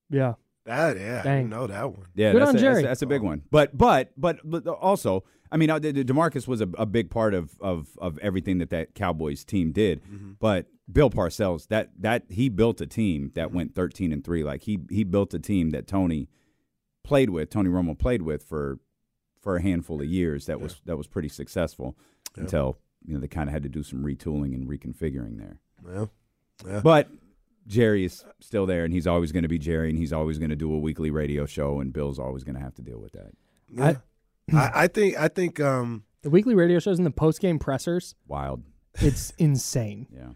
[SPEAKER 6] Yeah.
[SPEAKER 3] That yeah, I
[SPEAKER 6] Dang.
[SPEAKER 3] didn't know that one.
[SPEAKER 2] Yeah,
[SPEAKER 6] Good
[SPEAKER 2] that's,
[SPEAKER 6] on
[SPEAKER 2] a,
[SPEAKER 6] Jerry.
[SPEAKER 2] That's, that's a big one. But but but but also, I mean, uh, De- De- Demarcus was a, a big part of of of everything that that Cowboys team did.
[SPEAKER 3] Mm-hmm.
[SPEAKER 2] But Bill Parcells, that that he built a team that went thirteen and three. Like he he built a team that Tony played with, Tony Romo played with for for a handful of years. That was that was pretty successful until you know they kind of had to do some retooling and reconfiguring there.
[SPEAKER 3] Yeah.
[SPEAKER 2] But Jerry is still there, and he's always going to be Jerry, and he's always going to do a weekly radio show, and Bill's always going to have to deal with that.
[SPEAKER 3] Yeah. I, I think I think um,
[SPEAKER 6] The weekly radio shows and the post game pressers,
[SPEAKER 2] Wild,
[SPEAKER 6] it's insane.
[SPEAKER 2] yeah,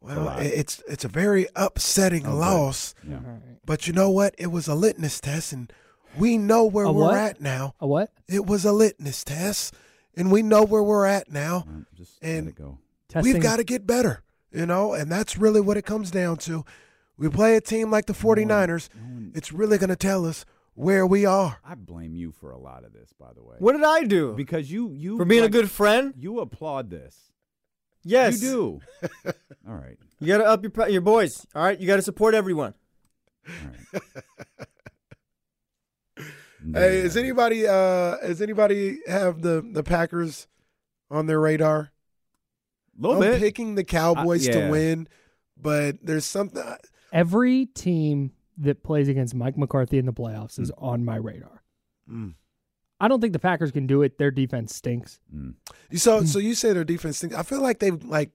[SPEAKER 3] well it- it's it's a very upsetting loss.
[SPEAKER 2] yeah.
[SPEAKER 3] But you know what? It was a litmus test and we know where
[SPEAKER 6] A
[SPEAKER 3] we're
[SPEAKER 6] what?
[SPEAKER 3] at now.
[SPEAKER 6] A what?
[SPEAKER 3] It was a litmus test and we know where we're at now.
[SPEAKER 2] Um, Just
[SPEAKER 3] And-
[SPEAKER 2] let it go.
[SPEAKER 6] Testing.
[SPEAKER 3] We've got to get better, you know, and that's really what it comes down to. We play a team like the 49ers, it's really going to tell us where we are.
[SPEAKER 2] I blame you for a lot of this, by the way,
[SPEAKER 4] What did I do?
[SPEAKER 2] because you you
[SPEAKER 4] For being a
[SPEAKER 2] like,
[SPEAKER 4] good friend?
[SPEAKER 2] You applaud this.
[SPEAKER 4] Yes.
[SPEAKER 2] You do. All right.
[SPEAKER 4] You gotta up your pro- your boys. All right, you gotta support everyone.
[SPEAKER 3] Hey, is anybody uh is anybody have the the Packers on their radar?
[SPEAKER 2] a little
[SPEAKER 3] I'm
[SPEAKER 2] bit?
[SPEAKER 3] picking the Cowboys
[SPEAKER 2] yeah.
[SPEAKER 3] to win, but there's something
[SPEAKER 6] Every team that plays against Mike McCarthy in the playoffs is
[SPEAKER 3] Mm.
[SPEAKER 6] on my radar. I don't think the Packers can do it. Their defense stinks.
[SPEAKER 3] you
[SPEAKER 6] Mm.
[SPEAKER 3] so so you say their defense thing. I feel like they've like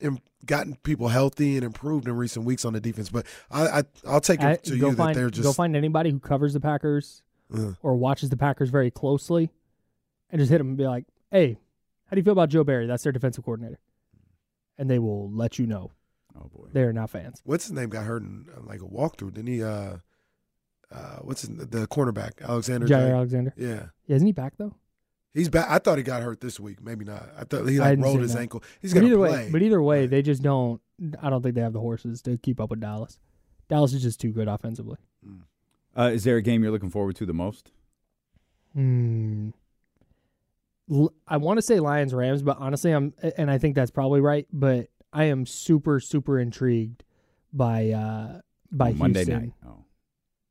[SPEAKER 3] im- gotten people healthy and improved in recent weeks on the defense, but I, I I'll take it
[SPEAKER 6] I-
[SPEAKER 3] to
[SPEAKER 6] go
[SPEAKER 3] you
[SPEAKER 6] find
[SPEAKER 3] that they're
[SPEAKER 6] go
[SPEAKER 3] just
[SPEAKER 6] find anybody who covers the Packers
[SPEAKER 3] Uh.
[SPEAKER 6] or watches the Packers very closely, and just hit them and be like, "Hey, how do you feel about Joe Barry? That's their defensive coordinator," and they will let you know
[SPEAKER 2] oh boy.
[SPEAKER 6] they are not fans.
[SPEAKER 3] what's his name got hurt in uh, like a walkthrough? Didn't he? Uh, uh, what's his, the cornerback Alexander?
[SPEAKER 6] Jair
[SPEAKER 3] Jair.
[SPEAKER 6] Alexander,
[SPEAKER 3] Yeah,
[SPEAKER 6] yeah, isn't he back though?
[SPEAKER 3] he's back. I thought he got hurt this week. Maybe not. I thought he
[SPEAKER 6] I
[SPEAKER 3] like
[SPEAKER 6] didn't
[SPEAKER 3] rolled
[SPEAKER 6] see
[SPEAKER 3] his
[SPEAKER 6] that.
[SPEAKER 3] ankle. He's
[SPEAKER 6] but
[SPEAKER 3] gonna
[SPEAKER 6] either
[SPEAKER 3] play.
[SPEAKER 6] way, but either way, they just don't. I don't think they have the horses to keep up with Dallas. Dallas is just too good offensively.
[SPEAKER 2] Uh, is there a game you're looking forward to the most?
[SPEAKER 6] Hmm. L- I want to say Lions Rams, but honestly, I'm and I think that's probably right. But I am super super intrigued by uh by
[SPEAKER 2] On Monday
[SPEAKER 6] Houston.
[SPEAKER 2] night. Oh. I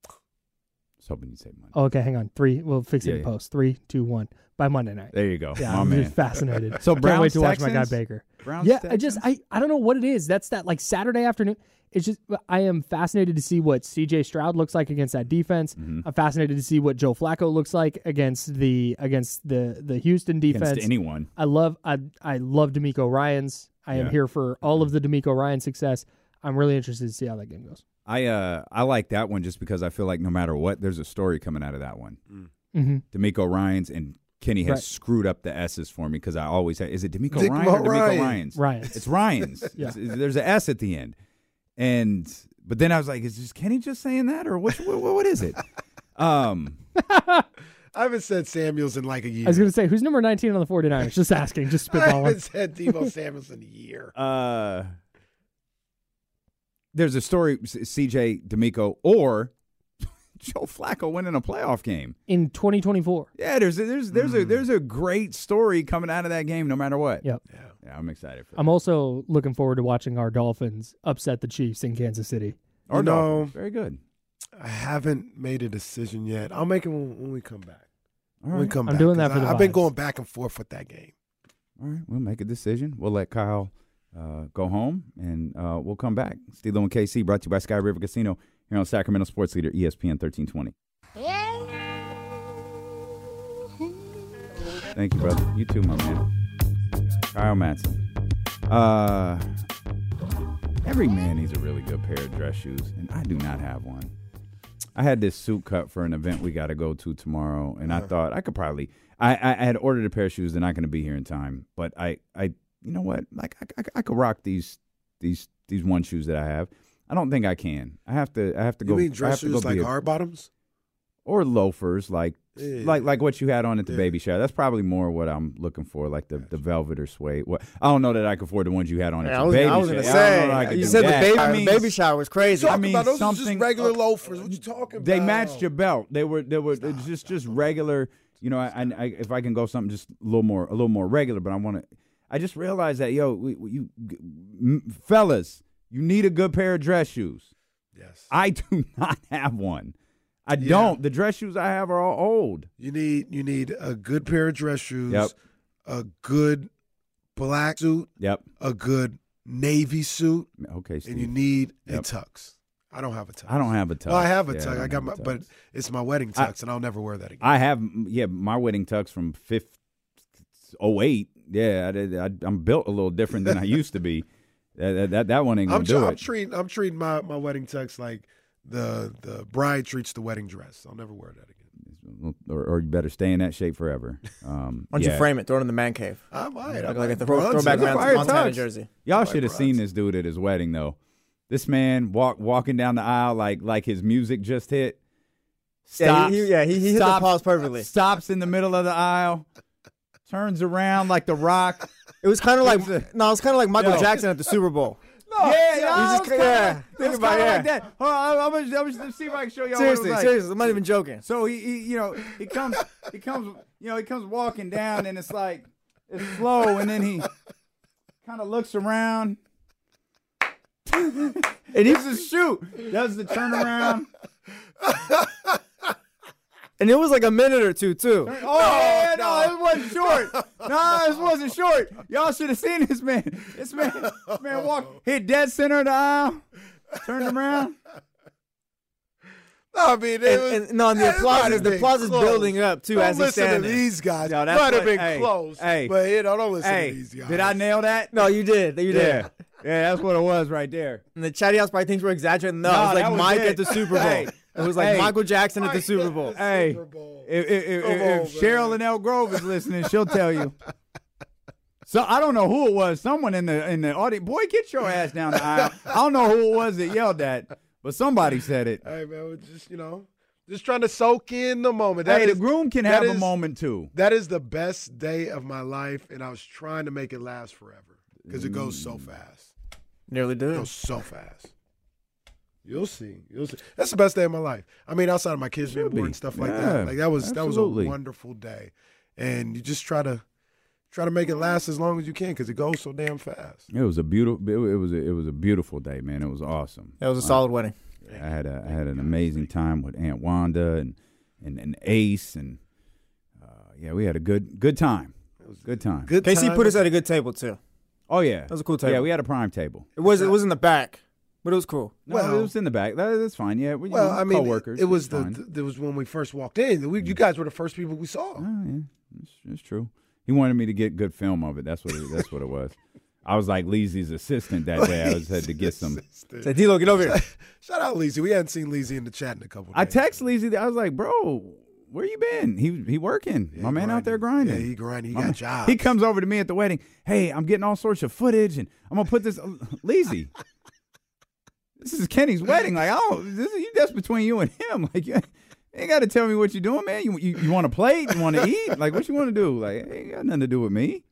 [SPEAKER 2] was hoping you'd say Monday.
[SPEAKER 6] Oh, okay, hang on. Three. We'll fix it
[SPEAKER 2] Yeah,
[SPEAKER 6] in
[SPEAKER 2] yeah.
[SPEAKER 6] post. Three, two, one. By Monday night.
[SPEAKER 2] There you go.
[SPEAKER 6] Yeah,
[SPEAKER 2] My
[SPEAKER 6] I'm
[SPEAKER 2] man.
[SPEAKER 6] just fascinated.
[SPEAKER 2] So
[SPEAKER 6] Can't wait
[SPEAKER 2] Browns,
[SPEAKER 6] to watch my guy
[SPEAKER 2] Texans?
[SPEAKER 6] Baker.
[SPEAKER 2] Browns,
[SPEAKER 6] yeah, I just
[SPEAKER 2] Texans?
[SPEAKER 6] I, I don't know what it is. That's that like Saturday afternoon. It's just I am fascinated to see what CJ Stroud looks like against that defense.
[SPEAKER 2] Mm-hmm.
[SPEAKER 6] I'm fascinated to see what Joe Flacco looks like against the against the the Houston defense.
[SPEAKER 2] against anyone.
[SPEAKER 6] I love I I love D'Amico Ryan's. I am
[SPEAKER 2] Yeah.
[SPEAKER 6] here for all of the D'Amico Ryan success. I'm really interested to see how that game goes.
[SPEAKER 2] I uh I like that one just because I feel like no matter what, there's a story coming out of that one.
[SPEAKER 6] Mhm.
[SPEAKER 2] D'Amico Ryan's and Kenny has
[SPEAKER 6] Right.
[SPEAKER 2] screwed up the S's for me because I always had, is it D'Amico
[SPEAKER 3] Dick
[SPEAKER 2] Ryan or D'Amico
[SPEAKER 3] Ryan.
[SPEAKER 2] Ryan's?
[SPEAKER 6] Ryan's.
[SPEAKER 2] It's Ryan's.
[SPEAKER 6] Yeah.
[SPEAKER 2] It's- it's- there's an S at the end, and but then I was like, is just Kenny just saying that or what? What, what is it? Um,
[SPEAKER 3] I haven't said Samuels in like a year.
[SPEAKER 6] I was gonna say who's number 19 on the 49ers? Just asking, just
[SPEAKER 3] I haven't
[SPEAKER 6] spitballing.
[SPEAKER 3] said Debo Samuels in a year.
[SPEAKER 2] uh, there's a story: C- C.J. D'Amico or Joe Flacco winning a playoff game.
[SPEAKER 6] In 2024.
[SPEAKER 2] Yeah, there's there's there's
[SPEAKER 6] Mm.
[SPEAKER 2] a there's a great story coming out of that game, no matter what.
[SPEAKER 6] Yep.
[SPEAKER 2] Yeah, I'm excited for. That.
[SPEAKER 6] I'm also looking forward to watching our Dolphins upset the Chiefs in Kansas City.
[SPEAKER 2] Or
[SPEAKER 3] You know-
[SPEAKER 2] Dolphins. very good.
[SPEAKER 3] I haven't made a decision yet. I'll make it when, when we come back.
[SPEAKER 2] All
[SPEAKER 3] When we
[SPEAKER 2] right,
[SPEAKER 3] come
[SPEAKER 6] I'm
[SPEAKER 3] back,
[SPEAKER 6] doing that
[SPEAKER 3] 'cause
[SPEAKER 6] for the
[SPEAKER 3] I, have been
[SPEAKER 6] vibes.
[SPEAKER 3] going back and forth with that game.
[SPEAKER 2] all right. We'll make a decision. We'll let Kyle uh, go home, and uh, we'll come back. Steelo and KC brought to you by Sky River Casino here on Sacramento Sports Leader E ESPN 1320. Thank you, brother. You too, my man. Kyle Matson. Uh, every man needs a really good pair of dress shoes, and I do not have one. I had this suit cut for an event we got to go to tomorrow, and I
[SPEAKER 3] Uh-huh.
[SPEAKER 2] thought I could probably. I, I I had ordered a pair of shoes. They're not going to be here in time, but I I you know what? Like I, I, I could rock these these these one shoes that I have. I don't think I can. I have to. I have to
[SPEAKER 3] You
[SPEAKER 2] go.
[SPEAKER 3] mean
[SPEAKER 2] I
[SPEAKER 3] dress
[SPEAKER 2] have to go
[SPEAKER 3] shoes like
[SPEAKER 2] be a-
[SPEAKER 3] hard bottoms?
[SPEAKER 2] or loafers like
[SPEAKER 3] Yeah.
[SPEAKER 2] like like what you had on at the
[SPEAKER 3] Yeah.
[SPEAKER 2] baby shower. That's probably more what I'm looking for, like the, the velvet or suede. What I don't know that I could afford the ones you had on at
[SPEAKER 4] Yeah, I
[SPEAKER 2] the
[SPEAKER 4] was,
[SPEAKER 2] baby
[SPEAKER 4] I was
[SPEAKER 2] shower.
[SPEAKER 4] gonna
[SPEAKER 2] I don't know that I
[SPEAKER 4] say
[SPEAKER 2] could
[SPEAKER 4] you
[SPEAKER 2] do
[SPEAKER 4] said the
[SPEAKER 2] that.
[SPEAKER 4] baby,
[SPEAKER 2] I
[SPEAKER 4] the
[SPEAKER 2] mean,
[SPEAKER 4] baby shower was crazy.
[SPEAKER 2] I mean,
[SPEAKER 3] about those are
[SPEAKER 2] something-
[SPEAKER 3] just regular loafers. What you talking about?
[SPEAKER 2] They matched your belt. They were they were just just regular. You know, I, I, I if I can go something just a little more a little more regular, but I want to. I just realized that yo, we, we- you g- m- fellas, you need a good pair of dress shoes.
[SPEAKER 3] Yes.
[SPEAKER 2] I do not have one. I don't. The dress shoes I have are all old.
[SPEAKER 3] You need you need a good pair of dress shoes,
[SPEAKER 2] Yep.
[SPEAKER 3] a good black suit,
[SPEAKER 2] Yep.
[SPEAKER 3] a good navy suit,
[SPEAKER 2] Okay, Steve.
[SPEAKER 3] and you need
[SPEAKER 2] Yep.
[SPEAKER 3] a tux. I don't have a tux.
[SPEAKER 2] I don't have a tux.
[SPEAKER 3] Well, I have a
[SPEAKER 2] Yeah,
[SPEAKER 3] tux.
[SPEAKER 2] don't
[SPEAKER 3] I got
[SPEAKER 2] have
[SPEAKER 3] my,
[SPEAKER 2] a
[SPEAKER 3] but
[SPEAKER 2] tux.
[SPEAKER 3] it's my wedding
[SPEAKER 2] I-
[SPEAKER 3] tux, and I'll never wear that again.
[SPEAKER 2] I have yeah my wedding tux from fifth oh eight. Yeah, I did, I, I'm built a little different than I used to be, That, that, that, that one ain't gonna
[SPEAKER 3] I'm,
[SPEAKER 2] do
[SPEAKER 3] tr- I'm
[SPEAKER 2] it.
[SPEAKER 3] treating I'm treating my, my wedding tux like the the bride treats the wedding dress. I'll never wear that again.
[SPEAKER 2] or, or you better stay in that shape forever. Um,
[SPEAKER 4] Why don't
[SPEAKER 2] yeah.
[SPEAKER 4] you frame it? Throw it in the man cave.
[SPEAKER 3] I might. I
[SPEAKER 4] Like,
[SPEAKER 3] might
[SPEAKER 4] like at the
[SPEAKER 3] bronze
[SPEAKER 4] throwback
[SPEAKER 2] Look,
[SPEAKER 3] it up.
[SPEAKER 4] Mount-
[SPEAKER 2] fire
[SPEAKER 4] Montana
[SPEAKER 2] tux.
[SPEAKER 4] jersey.
[SPEAKER 2] Y'all
[SPEAKER 3] Like
[SPEAKER 2] should have seen
[SPEAKER 3] bronze.
[SPEAKER 2] this dude at his wedding though. This man walk walking down the aisle like like his music just hit.
[SPEAKER 4] Yeah,
[SPEAKER 2] Stops.
[SPEAKER 4] he- he- yeah, he- he hit the
[SPEAKER 2] stops-
[SPEAKER 4] pause perfectly.
[SPEAKER 2] Stops in the middle of the aisle, turns around like the Rock.
[SPEAKER 4] It was kind of like
[SPEAKER 2] Who's the-
[SPEAKER 4] no, it was kind of like Michael
[SPEAKER 2] Yo.
[SPEAKER 4] Jackson at the Super Bowl.
[SPEAKER 2] No, yeah, yeah, I
[SPEAKER 4] you Oh, just
[SPEAKER 2] was
[SPEAKER 4] ca-
[SPEAKER 2] kinda-
[SPEAKER 4] yeah,
[SPEAKER 2] I
[SPEAKER 4] think
[SPEAKER 2] was
[SPEAKER 4] about
[SPEAKER 2] kinda
[SPEAKER 4] it,
[SPEAKER 2] like
[SPEAKER 4] yeah.
[SPEAKER 2] that. Hold on, I'm, I'm, just, I'm just gonna see if I can show y'all. what it was
[SPEAKER 4] Seriously,
[SPEAKER 2] like.
[SPEAKER 4] seriously, I'm not even joking.
[SPEAKER 2] So he, he you know, he comes, he comes, you know, he comes walking down, and it's like it's slow, and then he kind of looks around. and he's a shoot. Does the turnaround?
[SPEAKER 4] And it was like a minute or two too.
[SPEAKER 2] Oh yeah, no, it wasn't short. No, this wasn't short. Y'all should have seen this man. This man, this man walked, hit dead center of the aisle, turned around.
[SPEAKER 3] No, I mean, it
[SPEAKER 4] And,
[SPEAKER 3] was,
[SPEAKER 4] and no, and the
[SPEAKER 3] it might
[SPEAKER 4] applause
[SPEAKER 3] have
[SPEAKER 4] is the
[SPEAKER 3] been
[SPEAKER 4] applause is
[SPEAKER 3] close.
[SPEAKER 4] building up too
[SPEAKER 3] Don't
[SPEAKER 4] as he's
[SPEAKER 3] listen
[SPEAKER 4] standing.
[SPEAKER 3] to these guys.
[SPEAKER 2] No, that's
[SPEAKER 3] might have
[SPEAKER 2] what-
[SPEAKER 3] been
[SPEAKER 2] hey,
[SPEAKER 3] close.
[SPEAKER 2] hey,
[SPEAKER 3] but you know, don't listen
[SPEAKER 2] Hey,
[SPEAKER 3] to these guys.
[SPEAKER 2] did I nail that?
[SPEAKER 4] No, you did. You did.
[SPEAKER 2] Yeah, yeah, that's what it was right there.
[SPEAKER 4] And the chatty house probably thinks we're exaggerating. No,
[SPEAKER 2] No,
[SPEAKER 4] it was
[SPEAKER 2] that
[SPEAKER 4] like
[SPEAKER 2] was
[SPEAKER 4] Mike
[SPEAKER 2] it.
[SPEAKER 4] at the Super Bowl.
[SPEAKER 2] Hey.
[SPEAKER 4] It was like
[SPEAKER 2] Hey.
[SPEAKER 4] Michael Jackson at the Super Bowl.
[SPEAKER 2] Hey,
[SPEAKER 3] Super Bowl.
[SPEAKER 2] if, if, if,
[SPEAKER 3] Come
[SPEAKER 2] if
[SPEAKER 3] on,
[SPEAKER 2] Cheryl
[SPEAKER 3] man.
[SPEAKER 2] and El Grove is listening, she'll tell you. So I don't know who it was. Someone in the in the audience. Boy, get your ass down the aisle. I don't know who it was that yelled that, but somebody said it.
[SPEAKER 3] Hey, man, we're just you know, just trying to soak in the moment. That
[SPEAKER 2] hey,
[SPEAKER 3] is-
[SPEAKER 2] the groom can
[SPEAKER 3] that
[SPEAKER 2] have a
[SPEAKER 3] is-
[SPEAKER 2] moment too.
[SPEAKER 3] That is the best day of my life, and I was trying to make it last forever because it goes so
[SPEAKER 4] Mm.
[SPEAKER 3] fast.
[SPEAKER 4] Nearly
[SPEAKER 3] It
[SPEAKER 4] did.
[SPEAKER 3] goes so fast. You'll see. You'll see. That's the best day of my life. I mean, outside of my kids being
[SPEAKER 2] Should
[SPEAKER 3] born
[SPEAKER 2] be.
[SPEAKER 3] and stuff like
[SPEAKER 2] Yeah,
[SPEAKER 3] that. Like that was that was
[SPEAKER 2] absolutely.
[SPEAKER 3] a wonderful day, and you just try to try to make it last as long as you can because it goes so damn fast.
[SPEAKER 2] It was a beautiful. It was a, it was a beautiful day, man. It was awesome.
[SPEAKER 4] That was a solid wedding.
[SPEAKER 2] I had a, I had an amazing time with Aunt Wanda and and, and Ace and uh, yeah, we had a good good time. Good time.
[SPEAKER 3] Good.
[SPEAKER 4] KC
[SPEAKER 3] time.
[SPEAKER 4] put us at a good table too.
[SPEAKER 2] Oh yeah, that
[SPEAKER 4] was a cool
[SPEAKER 2] Yeah,
[SPEAKER 4] table.
[SPEAKER 2] we had a prime table.
[SPEAKER 4] It was it was in the back, but it was cool.
[SPEAKER 2] No,
[SPEAKER 3] Well-
[SPEAKER 2] it was in the back. That, that's fine. Yeah, we,
[SPEAKER 3] Well, I mean,
[SPEAKER 2] coworkers.
[SPEAKER 3] it, it was
[SPEAKER 2] it's
[SPEAKER 3] the
[SPEAKER 2] fine.
[SPEAKER 3] th- it was when we first walked in. We, you guys were the first people we saw.
[SPEAKER 2] Oh, yeah, it's, it's true. He wanted me to get good film of it. That's what it, that's what it was. I was like Leezy's assistant that day. I just had to get some.
[SPEAKER 4] Say, D-Lo, get over here.
[SPEAKER 3] Shout out Leezy. We hadn't seen Leezy in the chat in a couple. Days.
[SPEAKER 2] I text Leezy. I was like, bro, where you been? He he working. My man out there grinding.
[SPEAKER 3] Yeah, he grinding. He
[SPEAKER 2] My man-
[SPEAKER 3] got jobs.
[SPEAKER 2] He comes over to me at the wedding. Hey, I'm getting all sorts of footage, and I'm gonna put this uh, Leezy. This is Kenny's wedding. Like, oh, this is that's between you and him. Like, you ain't got to tell me what you doing, man. You you, you want to play? You want to eat? Like, what you want to do? Like, it ain't got nothing to do with me.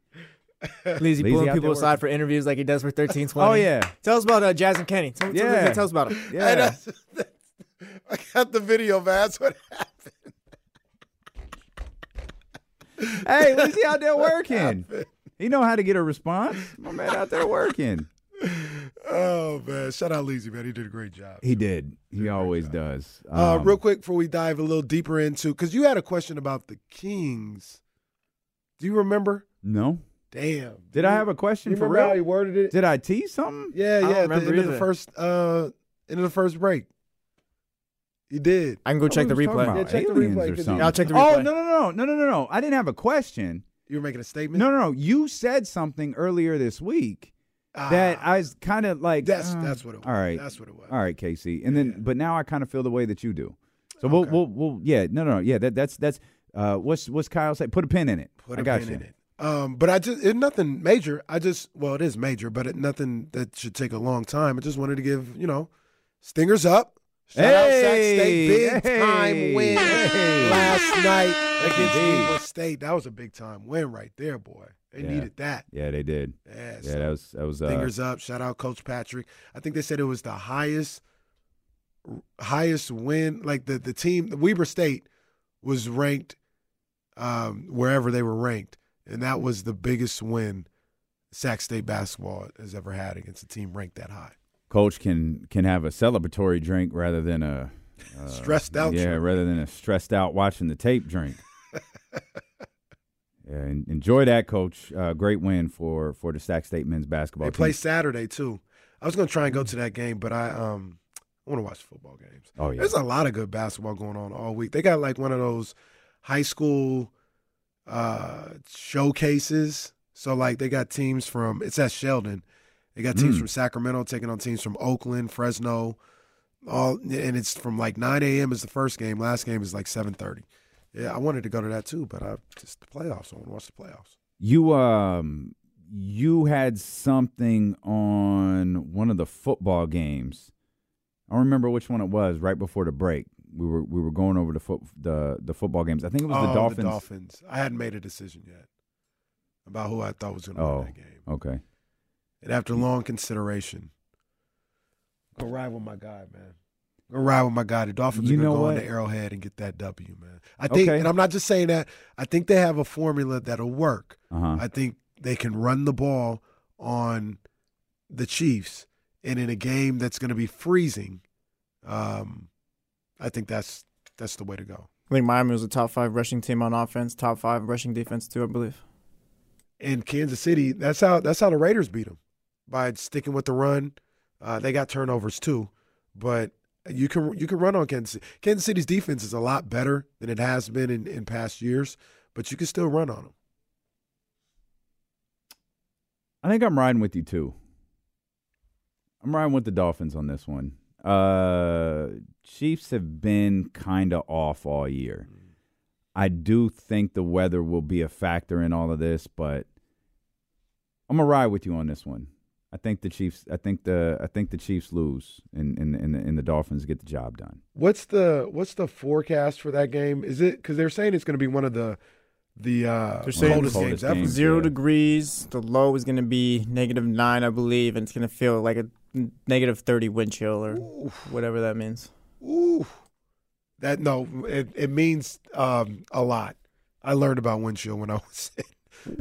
[SPEAKER 2] Lazy
[SPEAKER 4] Lazy
[SPEAKER 2] out
[SPEAKER 4] pulling
[SPEAKER 2] there
[SPEAKER 4] people
[SPEAKER 2] working.
[SPEAKER 4] aside for interviews like he does for 13, 20.
[SPEAKER 2] Oh yeah,
[SPEAKER 4] Tell us about uh, Jazz and Kenny. Tell, tell-
[SPEAKER 2] Yeah.
[SPEAKER 4] tell us about him.
[SPEAKER 3] And
[SPEAKER 2] yeah.
[SPEAKER 3] that's- that's- I got the video, man. That's what happened.
[SPEAKER 2] hey, Leezy out there working. He know how to get a response. My man out there working.
[SPEAKER 3] Oh man, shout out Leezy, man. He did a great job.
[SPEAKER 2] He did. He always does.
[SPEAKER 3] Uh,
[SPEAKER 2] Um,
[SPEAKER 3] real quick before we dive a little deeper into, because you had a question about the Kings. Do you remember?
[SPEAKER 2] no.
[SPEAKER 3] Damn.
[SPEAKER 2] Did I have a question
[SPEAKER 3] You
[SPEAKER 2] for
[SPEAKER 3] remember how he
[SPEAKER 2] real?
[SPEAKER 3] worded it?
[SPEAKER 2] Did I tease something?
[SPEAKER 3] yeah, yeah. At the
[SPEAKER 4] remember
[SPEAKER 3] end of the
[SPEAKER 4] either.
[SPEAKER 3] first, uh, end of the first break, he did.
[SPEAKER 4] I can go check the
[SPEAKER 2] What we was talking
[SPEAKER 4] replay.
[SPEAKER 2] about?
[SPEAKER 3] Yeah, check the
[SPEAKER 2] Aliens
[SPEAKER 3] replay,
[SPEAKER 2] or
[SPEAKER 3] 'cause you-
[SPEAKER 2] something.
[SPEAKER 4] I'll check the
[SPEAKER 2] Oh
[SPEAKER 4] replay.
[SPEAKER 2] no no no no no no no! I didn't have a question.
[SPEAKER 3] You were making a statement.
[SPEAKER 2] No no no! You said something earlier this week
[SPEAKER 3] Ah,
[SPEAKER 2] that I was kind of like.
[SPEAKER 3] That's
[SPEAKER 2] uh,
[SPEAKER 3] that's what it was.
[SPEAKER 2] All right,
[SPEAKER 3] That's what it was.
[SPEAKER 2] all right, Casey. And then, but now I kind of feel the way that you do. So we'll we'll we'll yeah no no no yeah that that's that's uh what's what's Kyle say? Put a pin in it.
[SPEAKER 3] Put
[SPEAKER 2] I
[SPEAKER 3] a
[SPEAKER 2] got
[SPEAKER 3] pin
[SPEAKER 2] you.
[SPEAKER 3] in it. Um, but I just it, nothing major. I just well, it is major, but it, nothing that should take a long time. I just wanted to give you know, stingers up. Shout out Sac
[SPEAKER 2] Hey!
[SPEAKER 3] State, big time win
[SPEAKER 2] Hey!
[SPEAKER 3] last night against
[SPEAKER 2] Indeed.
[SPEAKER 3] Weaver State. That was a big time win right there, boy. They
[SPEAKER 2] Yeah.
[SPEAKER 3] needed that.
[SPEAKER 2] Yeah, they did.
[SPEAKER 3] Yeah,
[SPEAKER 2] Yeah, that was that was uh,
[SPEAKER 3] fingers up. Shout out Coach Patrick. I think they said it was the highest highest win. Like the the team, Weber State was ranked um, wherever they were ranked, and that was the biggest win Sac State basketball has ever had against a team ranked that high.
[SPEAKER 2] coach can can have a celebratory drink rather than a uh,
[SPEAKER 3] Stressed out
[SPEAKER 2] Yeah,
[SPEAKER 3] drink.
[SPEAKER 2] rather than a stressed out watching the tape drink. yeah, en- enjoy that, coach. Uh, great win for for the Sac State men's basketball
[SPEAKER 3] They
[SPEAKER 2] team.
[SPEAKER 3] play Saturday too. I was gonna try
[SPEAKER 2] Mm.
[SPEAKER 3] and go to that game, but I um I want to watch football games.
[SPEAKER 2] oh yeah,
[SPEAKER 3] There's a lot of good basketball going on all week. They got like one of those high school uh showcases. So like they got teams from it's at Sheldon They got
[SPEAKER 2] Hmm.
[SPEAKER 3] teams from Sacramento taking on teams from Oakland, Fresno, all and it's from like 9 a.m. is the first game. Last game is like 7:30. Yeah, I wanted to go to that too, but I just the playoffs. I want to watch the playoffs.
[SPEAKER 2] You um you had something on one of the football games. I don't remember which one it was. Right before the break, we were we were going over the foot the the football games. I think it was
[SPEAKER 3] Oh,
[SPEAKER 2] the Dolphins.
[SPEAKER 3] Dolphins. I hadn't made a decision yet about who I thought was going to
[SPEAKER 2] Oh,
[SPEAKER 3] win that game.
[SPEAKER 2] okay.
[SPEAKER 3] And after long consideration, go ride with my guy, man. Go ride with my guy. The Dolphins
[SPEAKER 2] You
[SPEAKER 3] are going
[SPEAKER 2] know
[SPEAKER 3] to go
[SPEAKER 2] what?
[SPEAKER 3] into Arrowhead and get that W, man. I think,
[SPEAKER 2] Okay.
[SPEAKER 3] and I'm not just saying that. I think they have a formula that'll work.
[SPEAKER 2] Uh huh.
[SPEAKER 3] I think they can run the ball on the Chiefs, and in a game that's going to be freezing, um, I think that's that's the way to go.
[SPEAKER 4] I think Miami was a top five rushing team on offense, top five rushing defense too, I believe.
[SPEAKER 3] And Kansas City, that's how that's how the Raiders beat them by sticking with the run. Uh, they got turnovers too, but you can you can run on Kansas City. Kansas City's defense is a lot better than it has been in, in past years, but you can still run on them.
[SPEAKER 2] I think I'm riding with you too. I'm riding with the Dolphins on this one. Uh Chiefs have been kind of off all year. I do think the weather will be a factor in all of this, but I'm gonna ride with you on this one. I think the Chiefs. I think the. I think the Chiefs lose, and and and the, and the Dolphins get the job done.
[SPEAKER 3] What's the what's the forecast for that game? Is it because they're saying it's going to be one of the the uh,
[SPEAKER 4] They're
[SPEAKER 3] coldest,
[SPEAKER 4] saying
[SPEAKER 2] coldest
[SPEAKER 3] games ever?
[SPEAKER 2] games.
[SPEAKER 4] Zero
[SPEAKER 2] yeah.
[SPEAKER 4] degrees. The low is going to be negative nine, I believe, and it's going to feel like a negative 30 wind chill or whatever that means.
[SPEAKER 3] Ooh, that no, it, it means um, a lot. I learned about windshield when I was in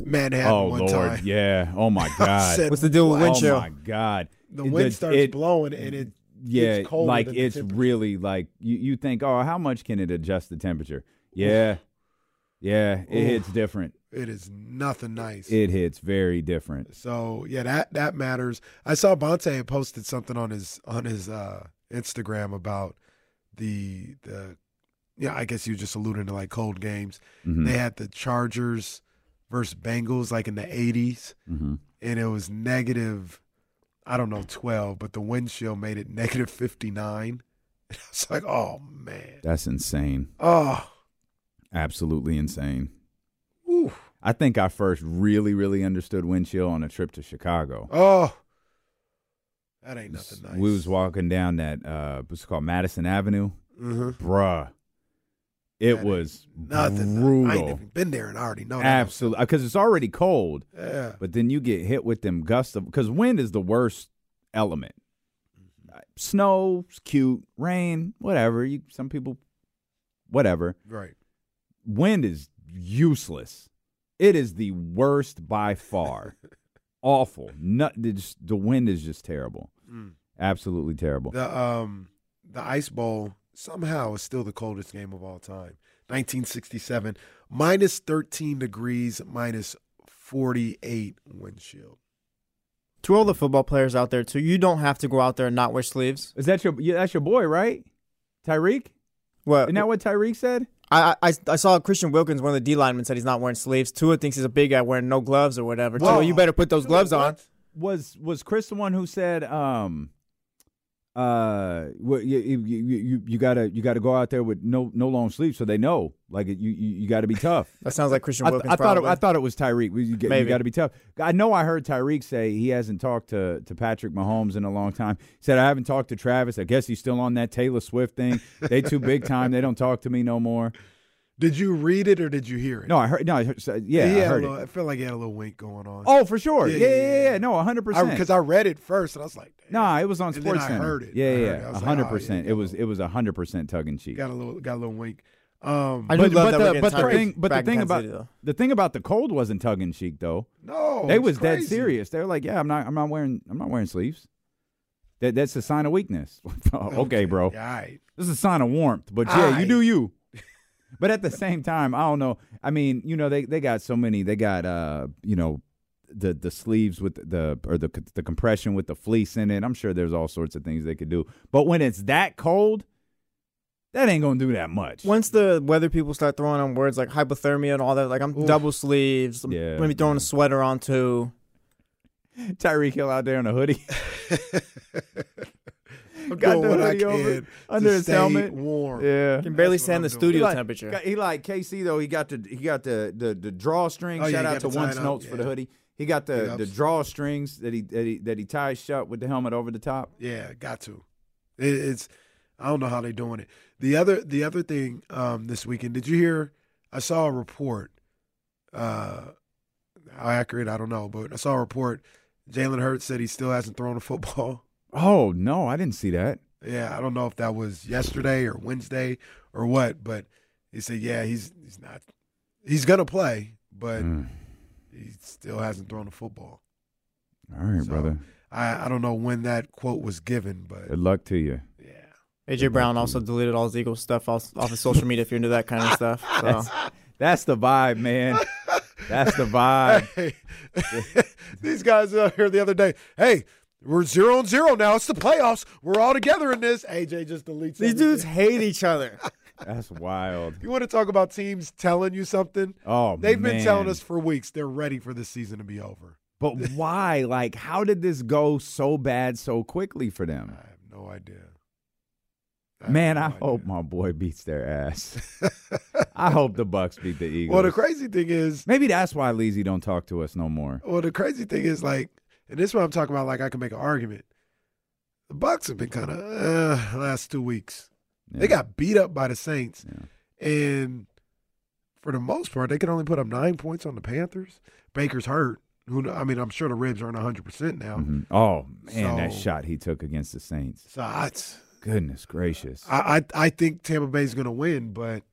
[SPEAKER 3] Manhattan
[SPEAKER 2] Oh
[SPEAKER 3] one
[SPEAKER 2] Lord,
[SPEAKER 3] time.
[SPEAKER 2] yeah. Oh my
[SPEAKER 3] I
[SPEAKER 2] God.
[SPEAKER 3] said,
[SPEAKER 4] What's the deal with
[SPEAKER 3] "What?"
[SPEAKER 4] wind
[SPEAKER 2] oh
[SPEAKER 4] chill.
[SPEAKER 2] my God.
[SPEAKER 3] The
[SPEAKER 2] It-
[SPEAKER 3] wind
[SPEAKER 2] it-
[SPEAKER 3] starts
[SPEAKER 2] it-
[SPEAKER 3] blowing and it
[SPEAKER 2] yeah,
[SPEAKER 3] gets colder
[SPEAKER 2] like
[SPEAKER 3] than the
[SPEAKER 2] it's
[SPEAKER 3] temperature.
[SPEAKER 2] really like you, you think, oh, how much can it adjust the temperature? Yeah, yeah, it
[SPEAKER 3] Oof.
[SPEAKER 2] hits different.
[SPEAKER 3] it is nothing nice.
[SPEAKER 2] It hits very different.
[SPEAKER 3] so yeah, that that matters. I saw Bonte had posted something on his on his uh, Instagram about the the yeah. I guess you just alluding to like cold games.
[SPEAKER 2] Mhm.
[SPEAKER 3] They had the Chargers versus Bengals like in the 80s
[SPEAKER 2] Mhm.
[SPEAKER 3] and it was negative I don't know 12, but the windshield made it negative 59. It's like, "Oh man."
[SPEAKER 2] That's insane.
[SPEAKER 3] Oh.
[SPEAKER 2] Absolutely insane.
[SPEAKER 3] Whew.
[SPEAKER 2] I think I first really, really understood wind chill on a trip to Chicago.
[SPEAKER 3] Oh. That ain't nothing nice.
[SPEAKER 2] We was walking down that uh, what's it called Madison Avenue,
[SPEAKER 3] Mhm.
[SPEAKER 2] bruh. It
[SPEAKER 3] That
[SPEAKER 2] was
[SPEAKER 3] Nothing. I ain't
[SPEAKER 2] brutal.
[SPEAKER 3] even been there and I already know that.
[SPEAKER 2] Absolutely, because it's already cold.
[SPEAKER 3] Yeah.
[SPEAKER 2] But then you get hit with them gusts of because wind is the worst element. Snow's cute, rain, whatever. You some people, whatever.
[SPEAKER 3] Right.
[SPEAKER 2] Wind is useless. It is the worst by far. Awful. Not, the- just, the wind is just terrible. Absolutely terrible.
[SPEAKER 3] The um the Ice Bowl somehow is still the coldest game of all time. 1967, minus 13 degrees, minus 48 windshield.
[SPEAKER 4] To all the football players out there, too, you don't have to go out there and not wear sleeves.
[SPEAKER 2] Is that your? Yeah, that's your boy, right? Tyreek.
[SPEAKER 4] What?
[SPEAKER 2] Isn't that what Tyreek said?
[SPEAKER 4] I, I I saw Christian Wilkins, one of the D linemen, said he's not wearing sleeves. Tua thinks he's a big guy wearing no gloves or whatever.
[SPEAKER 3] Whoa.
[SPEAKER 4] Tua, you better put those gloves on.
[SPEAKER 2] was was Chris the one who said um uh wha- you you you, you- you got to you got to go out there with no no long sleeves so they know like you you, you got to be tough.
[SPEAKER 4] That sounds like Christian
[SPEAKER 2] I,
[SPEAKER 4] Wilkins.
[SPEAKER 2] I thought it,
[SPEAKER 4] probably.
[SPEAKER 2] I thought it was Tyreek. We- You,
[SPEAKER 4] Maybe.
[SPEAKER 2] got to be tough. I know I heard Tyreek say he hasn't talked to, to Patrick Mahomes in a long time. He said I haven't talked to Travis. I guess he's still on that Taylor Swift thing. They too big time. They don't talk to me no more.
[SPEAKER 3] Did you read it or did you hear it?
[SPEAKER 2] No, I heard. No, I heard, so- yeah,
[SPEAKER 3] he
[SPEAKER 2] I
[SPEAKER 3] had
[SPEAKER 2] heard
[SPEAKER 3] a little,
[SPEAKER 2] it.
[SPEAKER 3] I feel like he had a little wink going on.
[SPEAKER 2] Oh, for sure.
[SPEAKER 3] Yeah,
[SPEAKER 2] Yeah, yeah,
[SPEAKER 3] yeah,
[SPEAKER 2] yeah.
[SPEAKER 3] yeah.
[SPEAKER 2] yeah. No, hundred percent.
[SPEAKER 3] because I, read it first and I was like, damn.
[SPEAKER 2] Nah, it was on
[SPEAKER 3] And then I
[SPEAKER 2] Sports Center.
[SPEAKER 3] heard it. I
[SPEAKER 2] Yeah,
[SPEAKER 3] heard
[SPEAKER 2] yeah,
[SPEAKER 3] it. I
[SPEAKER 2] yeah,
[SPEAKER 3] was like,
[SPEAKER 2] hundred
[SPEAKER 3] oh,
[SPEAKER 2] percent.
[SPEAKER 3] yeah,
[SPEAKER 2] It was it was hundred percent tug and cheek.
[SPEAKER 3] got a little got a little wink. Um,
[SPEAKER 4] I do
[SPEAKER 2] But- but
[SPEAKER 4] love that
[SPEAKER 2] the-
[SPEAKER 4] we're getting
[SPEAKER 2] but the
[SPEAKER 4] tired of
[SPEAKER 2] thing- but the
[SPEAKER 4] back in
[SPEAKER 2] thing
[SPEAKER 4] Kansas
[SPEAKER 2] about-
[SPEAKER 4] City, though.
[SPEAKER 2] The thing about the cold wasn't tug and cheek though.
[SPEAKER 3] no,
[SPEAKER 2] they
[SPEAKER 3] Oh, it's
[SPEAKER 2] was dead
[SPEAKER 3] crazy.
[SPEAKER 2] serious. They were like, yeah, I'm not, I'm not wearing, I'm not wearing sleeves. That that's a sign of weakness. okay, bro,
[SPEAKER 3] Yeah, all right.
[SPEAKER 2] this is a sign of warmth. But yeah, you
[SPEAKER 3] Aight.
[SPEAKER 2] do you. but at the same time, I don't know. I mean, you know, they they got so many. They got uh, you know, the the sleeves with the or the the compression with the fleece in it. I'm sure there's all sorts of things they could do. But when it's that cold, that ain't gonna do that much.
[SPEAKER 4] Once the weather people start throwing on words like hypothermia and all that, like I'm double sleeves, I'm
[SPEAKER 2] Yeah,
[SPEAKER 4] gonna be throwing a sweater on too.
[SPEAKER 2] Tyreek Hill out there in a hoodie.
[SPEAKER 3] I'm
[SPEAKER 2] Got
[SPEAKER 3] doing
[SPEAKER 2] the
[SPEAKER 3] what I
[SPEAKER 2] hoodie
[SPEAKER 3] can
[SPEAKER 2] over
[SPEAKER 3] to
[SPEAKER 2] under his
[SPEAKER 3] stay
[SPEAKER 2] helmet.
[SPEAKER 3] warm.
[SPEAKER 2] Yeah.
[SPEAKER 4] Can barely
[SPEAKER 3] That's what
[SPEAKER 4] stand
[SPEAKER 3] I'm
[SPEAKER 4] the
[SPEAKER 3] doing.
[SPEAKER 4] studio
[SPEAKER 2] he like,
[SPEAKER 4] temperature.
[SPEAKER 2] got- He like KC though. He got the he got the the, the drawstring.
[SPEAKER 3] Oh, yeah,
[SPEAKER 2] Shout
[SPEAKER 3] he
[SPEAKER 2] out
[SPEAKER 3] got
[SPEAKER 2] to
[SPEAKER 3] the
[SPEAKER 2] Once
[SPEAKER 3] tie-up,
[SPEAKER 2] Notes for the
[SPEAKER 3] yeah.
[SPEAKER 2] hoodie. He got
[SPEAKER 3] Big
[SPEAKER 2] the the
[SPEAKER 3] ups.
[SPEAKER 2] drawstrings that he that he that he ties shut with the helmet over the top.
[SPEAKER 3] Yeah, got to. It, it's I don't know how they're doing it. The other the other thing um, this weekend, did you hear? I saw a report. Uh, how accurate I don't know, but I saw a report. Jalen Hurts said he still hasn't thrown a football.
[SPEAKER 2] Oh no, I didn't see that.
[SPEAKER 3] Yeah, I don't know if that was yesterday or Wednesday or what, but he said, yeah, he's he's not. He's gonna play, but
[SPEAKER 2] Mm.
[SPEAKER 3] he still hasn't thrown a football.
[SPEAKER 2] All right,
[SPEAKER 3] So-
[SPEAKER 2] brother.
[SPEAKER 3] I, I don't know when that quote was given, but
[SPEAKER 2] Good luck to you.
[SPEAKER 3] yeah.
[SPEAKER 4] AJ Brown also deleted all his Eagles stuff off, off of social media if you're into that kind of stuff. So.
[SPEAKER 2] That's the vibe, man. That's the vibe.
[SPEAKER 3] Hey, these guys out here the other day. Hey, we're zero and zero now. It's the playoffs. We're all together in this. AJ just deletes
[SPEAKER 4] These
[SPEAKER 3] everything.
[SPEAKER 4] dudes hate each other.
[SPEAKER 2] That's wild.
[SPEAKER 3] You want to talk about teams telling you something?
[SPEAKER 2] Oh,
[SPEAKER 3] They've been telling
[SPEAKER 2] man.
[SPEAKER 3] us for weeks they're ready for this season to be over.
[SPEAKER 2] But why? Like, how did this go so bad so quickly for them?
[SPEAKER 3] I have no idea. I have
[SPEAKER 2] Man,
[SPEAKER 3] no
[SPEAKER 2] I
[SPEAKER 3] idea.
[SPEAKER 2] hope my boy beats their ass. I hope the Bucks beat the Eagles.
[SPEAKER 3] Well, the crazy thing is,
[SPEAKER 2] Maybe that's why Leezy don't talk to us no more.
[SPEAKER 3] well, the crazy thing is, like, and this is what I'm talking about. Like, I can make an argument. The Bucks have been kind of uh, last two weeks. They
[SPEAKER 2] Yeah.
[SPEAKER 3] got beat up by the Saints. And for the most part, they could only put up nine points on the Panthers. Baker's hurt. Who kn- I mean, I'm sure the ribs aren't 100% now.
[SPEAKER 2] Mhm. Oh man, that
[SPEAKER 3] So-
[SPEAKER 2] shot he took against the Saints.
[SPEAKER 3] So I, it's-
[SPEAKER 2] Goodness gracious.
[SPEAKER 3] I, I, I think Tampa Bay's going to win, but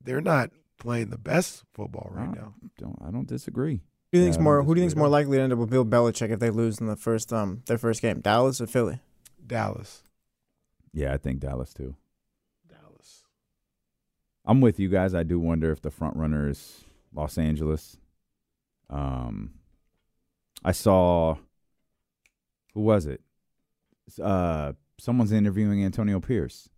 [SPEAKER 3] they're not playing the best football right
[SPEAKER 2] I
[SPEAKER 3] now.
[SPEAKER 2] don't I don't disagree.
[SPEAKER 4] Who do you
[SPEAKER 2] Yeah,
[SPEAKER 4] think's
[SPEAKER 2] I don't
[SPEAKER 4] more? Who
[SPEAKER 2] disagree
[SPEAKER 4] do you think's
[SPEAKER 2] at
[SPEAKER 4] more
[SPEAKER 2] all.
[SPEAKER 4] likely to end up with Bill Belichick if they lose in the first um their first game, Dallas or Philly?
[SPEAKER 3] Dallas.
[SPEAKER 2] Yeah, I think Dallas too.
[SPEAKER 3] Dallas.
[SPEAKER 2] I'm with you guys. I do wonder if the front runner is Los Angeles. Um, I saw who was it? S- Uh, someone's interviewing Antonio Pierce.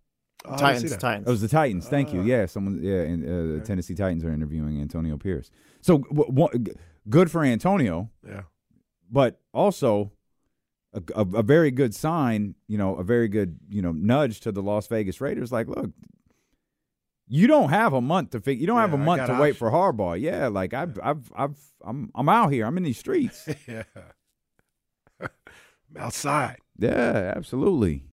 [SPEAKER 3] Oh, I didn't see
[SPEAKER 4] Titans,
[SPEAKER 3] that.
[SPEAKER 4] Titans.
[SPEAKER 2] Oh, it was the Titans. Thank you.
[SPEAKER 3] Ah.
[SPEAKER 2] Yeah, someone. Yeah, and, uh, the Tennessee Titans are interviewing Antonio Pierce. So w- w- g- good for Antonio,
[SPEAKER 3] Yeah.
[SPEAKER 2] but also a, a, a very good sign. You know, a very good you know nudge to the Las Vegas Raiders. Like, look, you don't have a month to figure. You don't have a
[SPEAKER 3] Yeah, I
[SPEAKER 2] month
[SPEAKER 3] got
[SPEAKER 2] to wait for Harbaugh. Yeah, like I've I've I've I'm I'm out here. I'm in these streets.
[SPEAKER 3] yeah. I'm outside.
[SPEAKER 2] yeah, absolutely.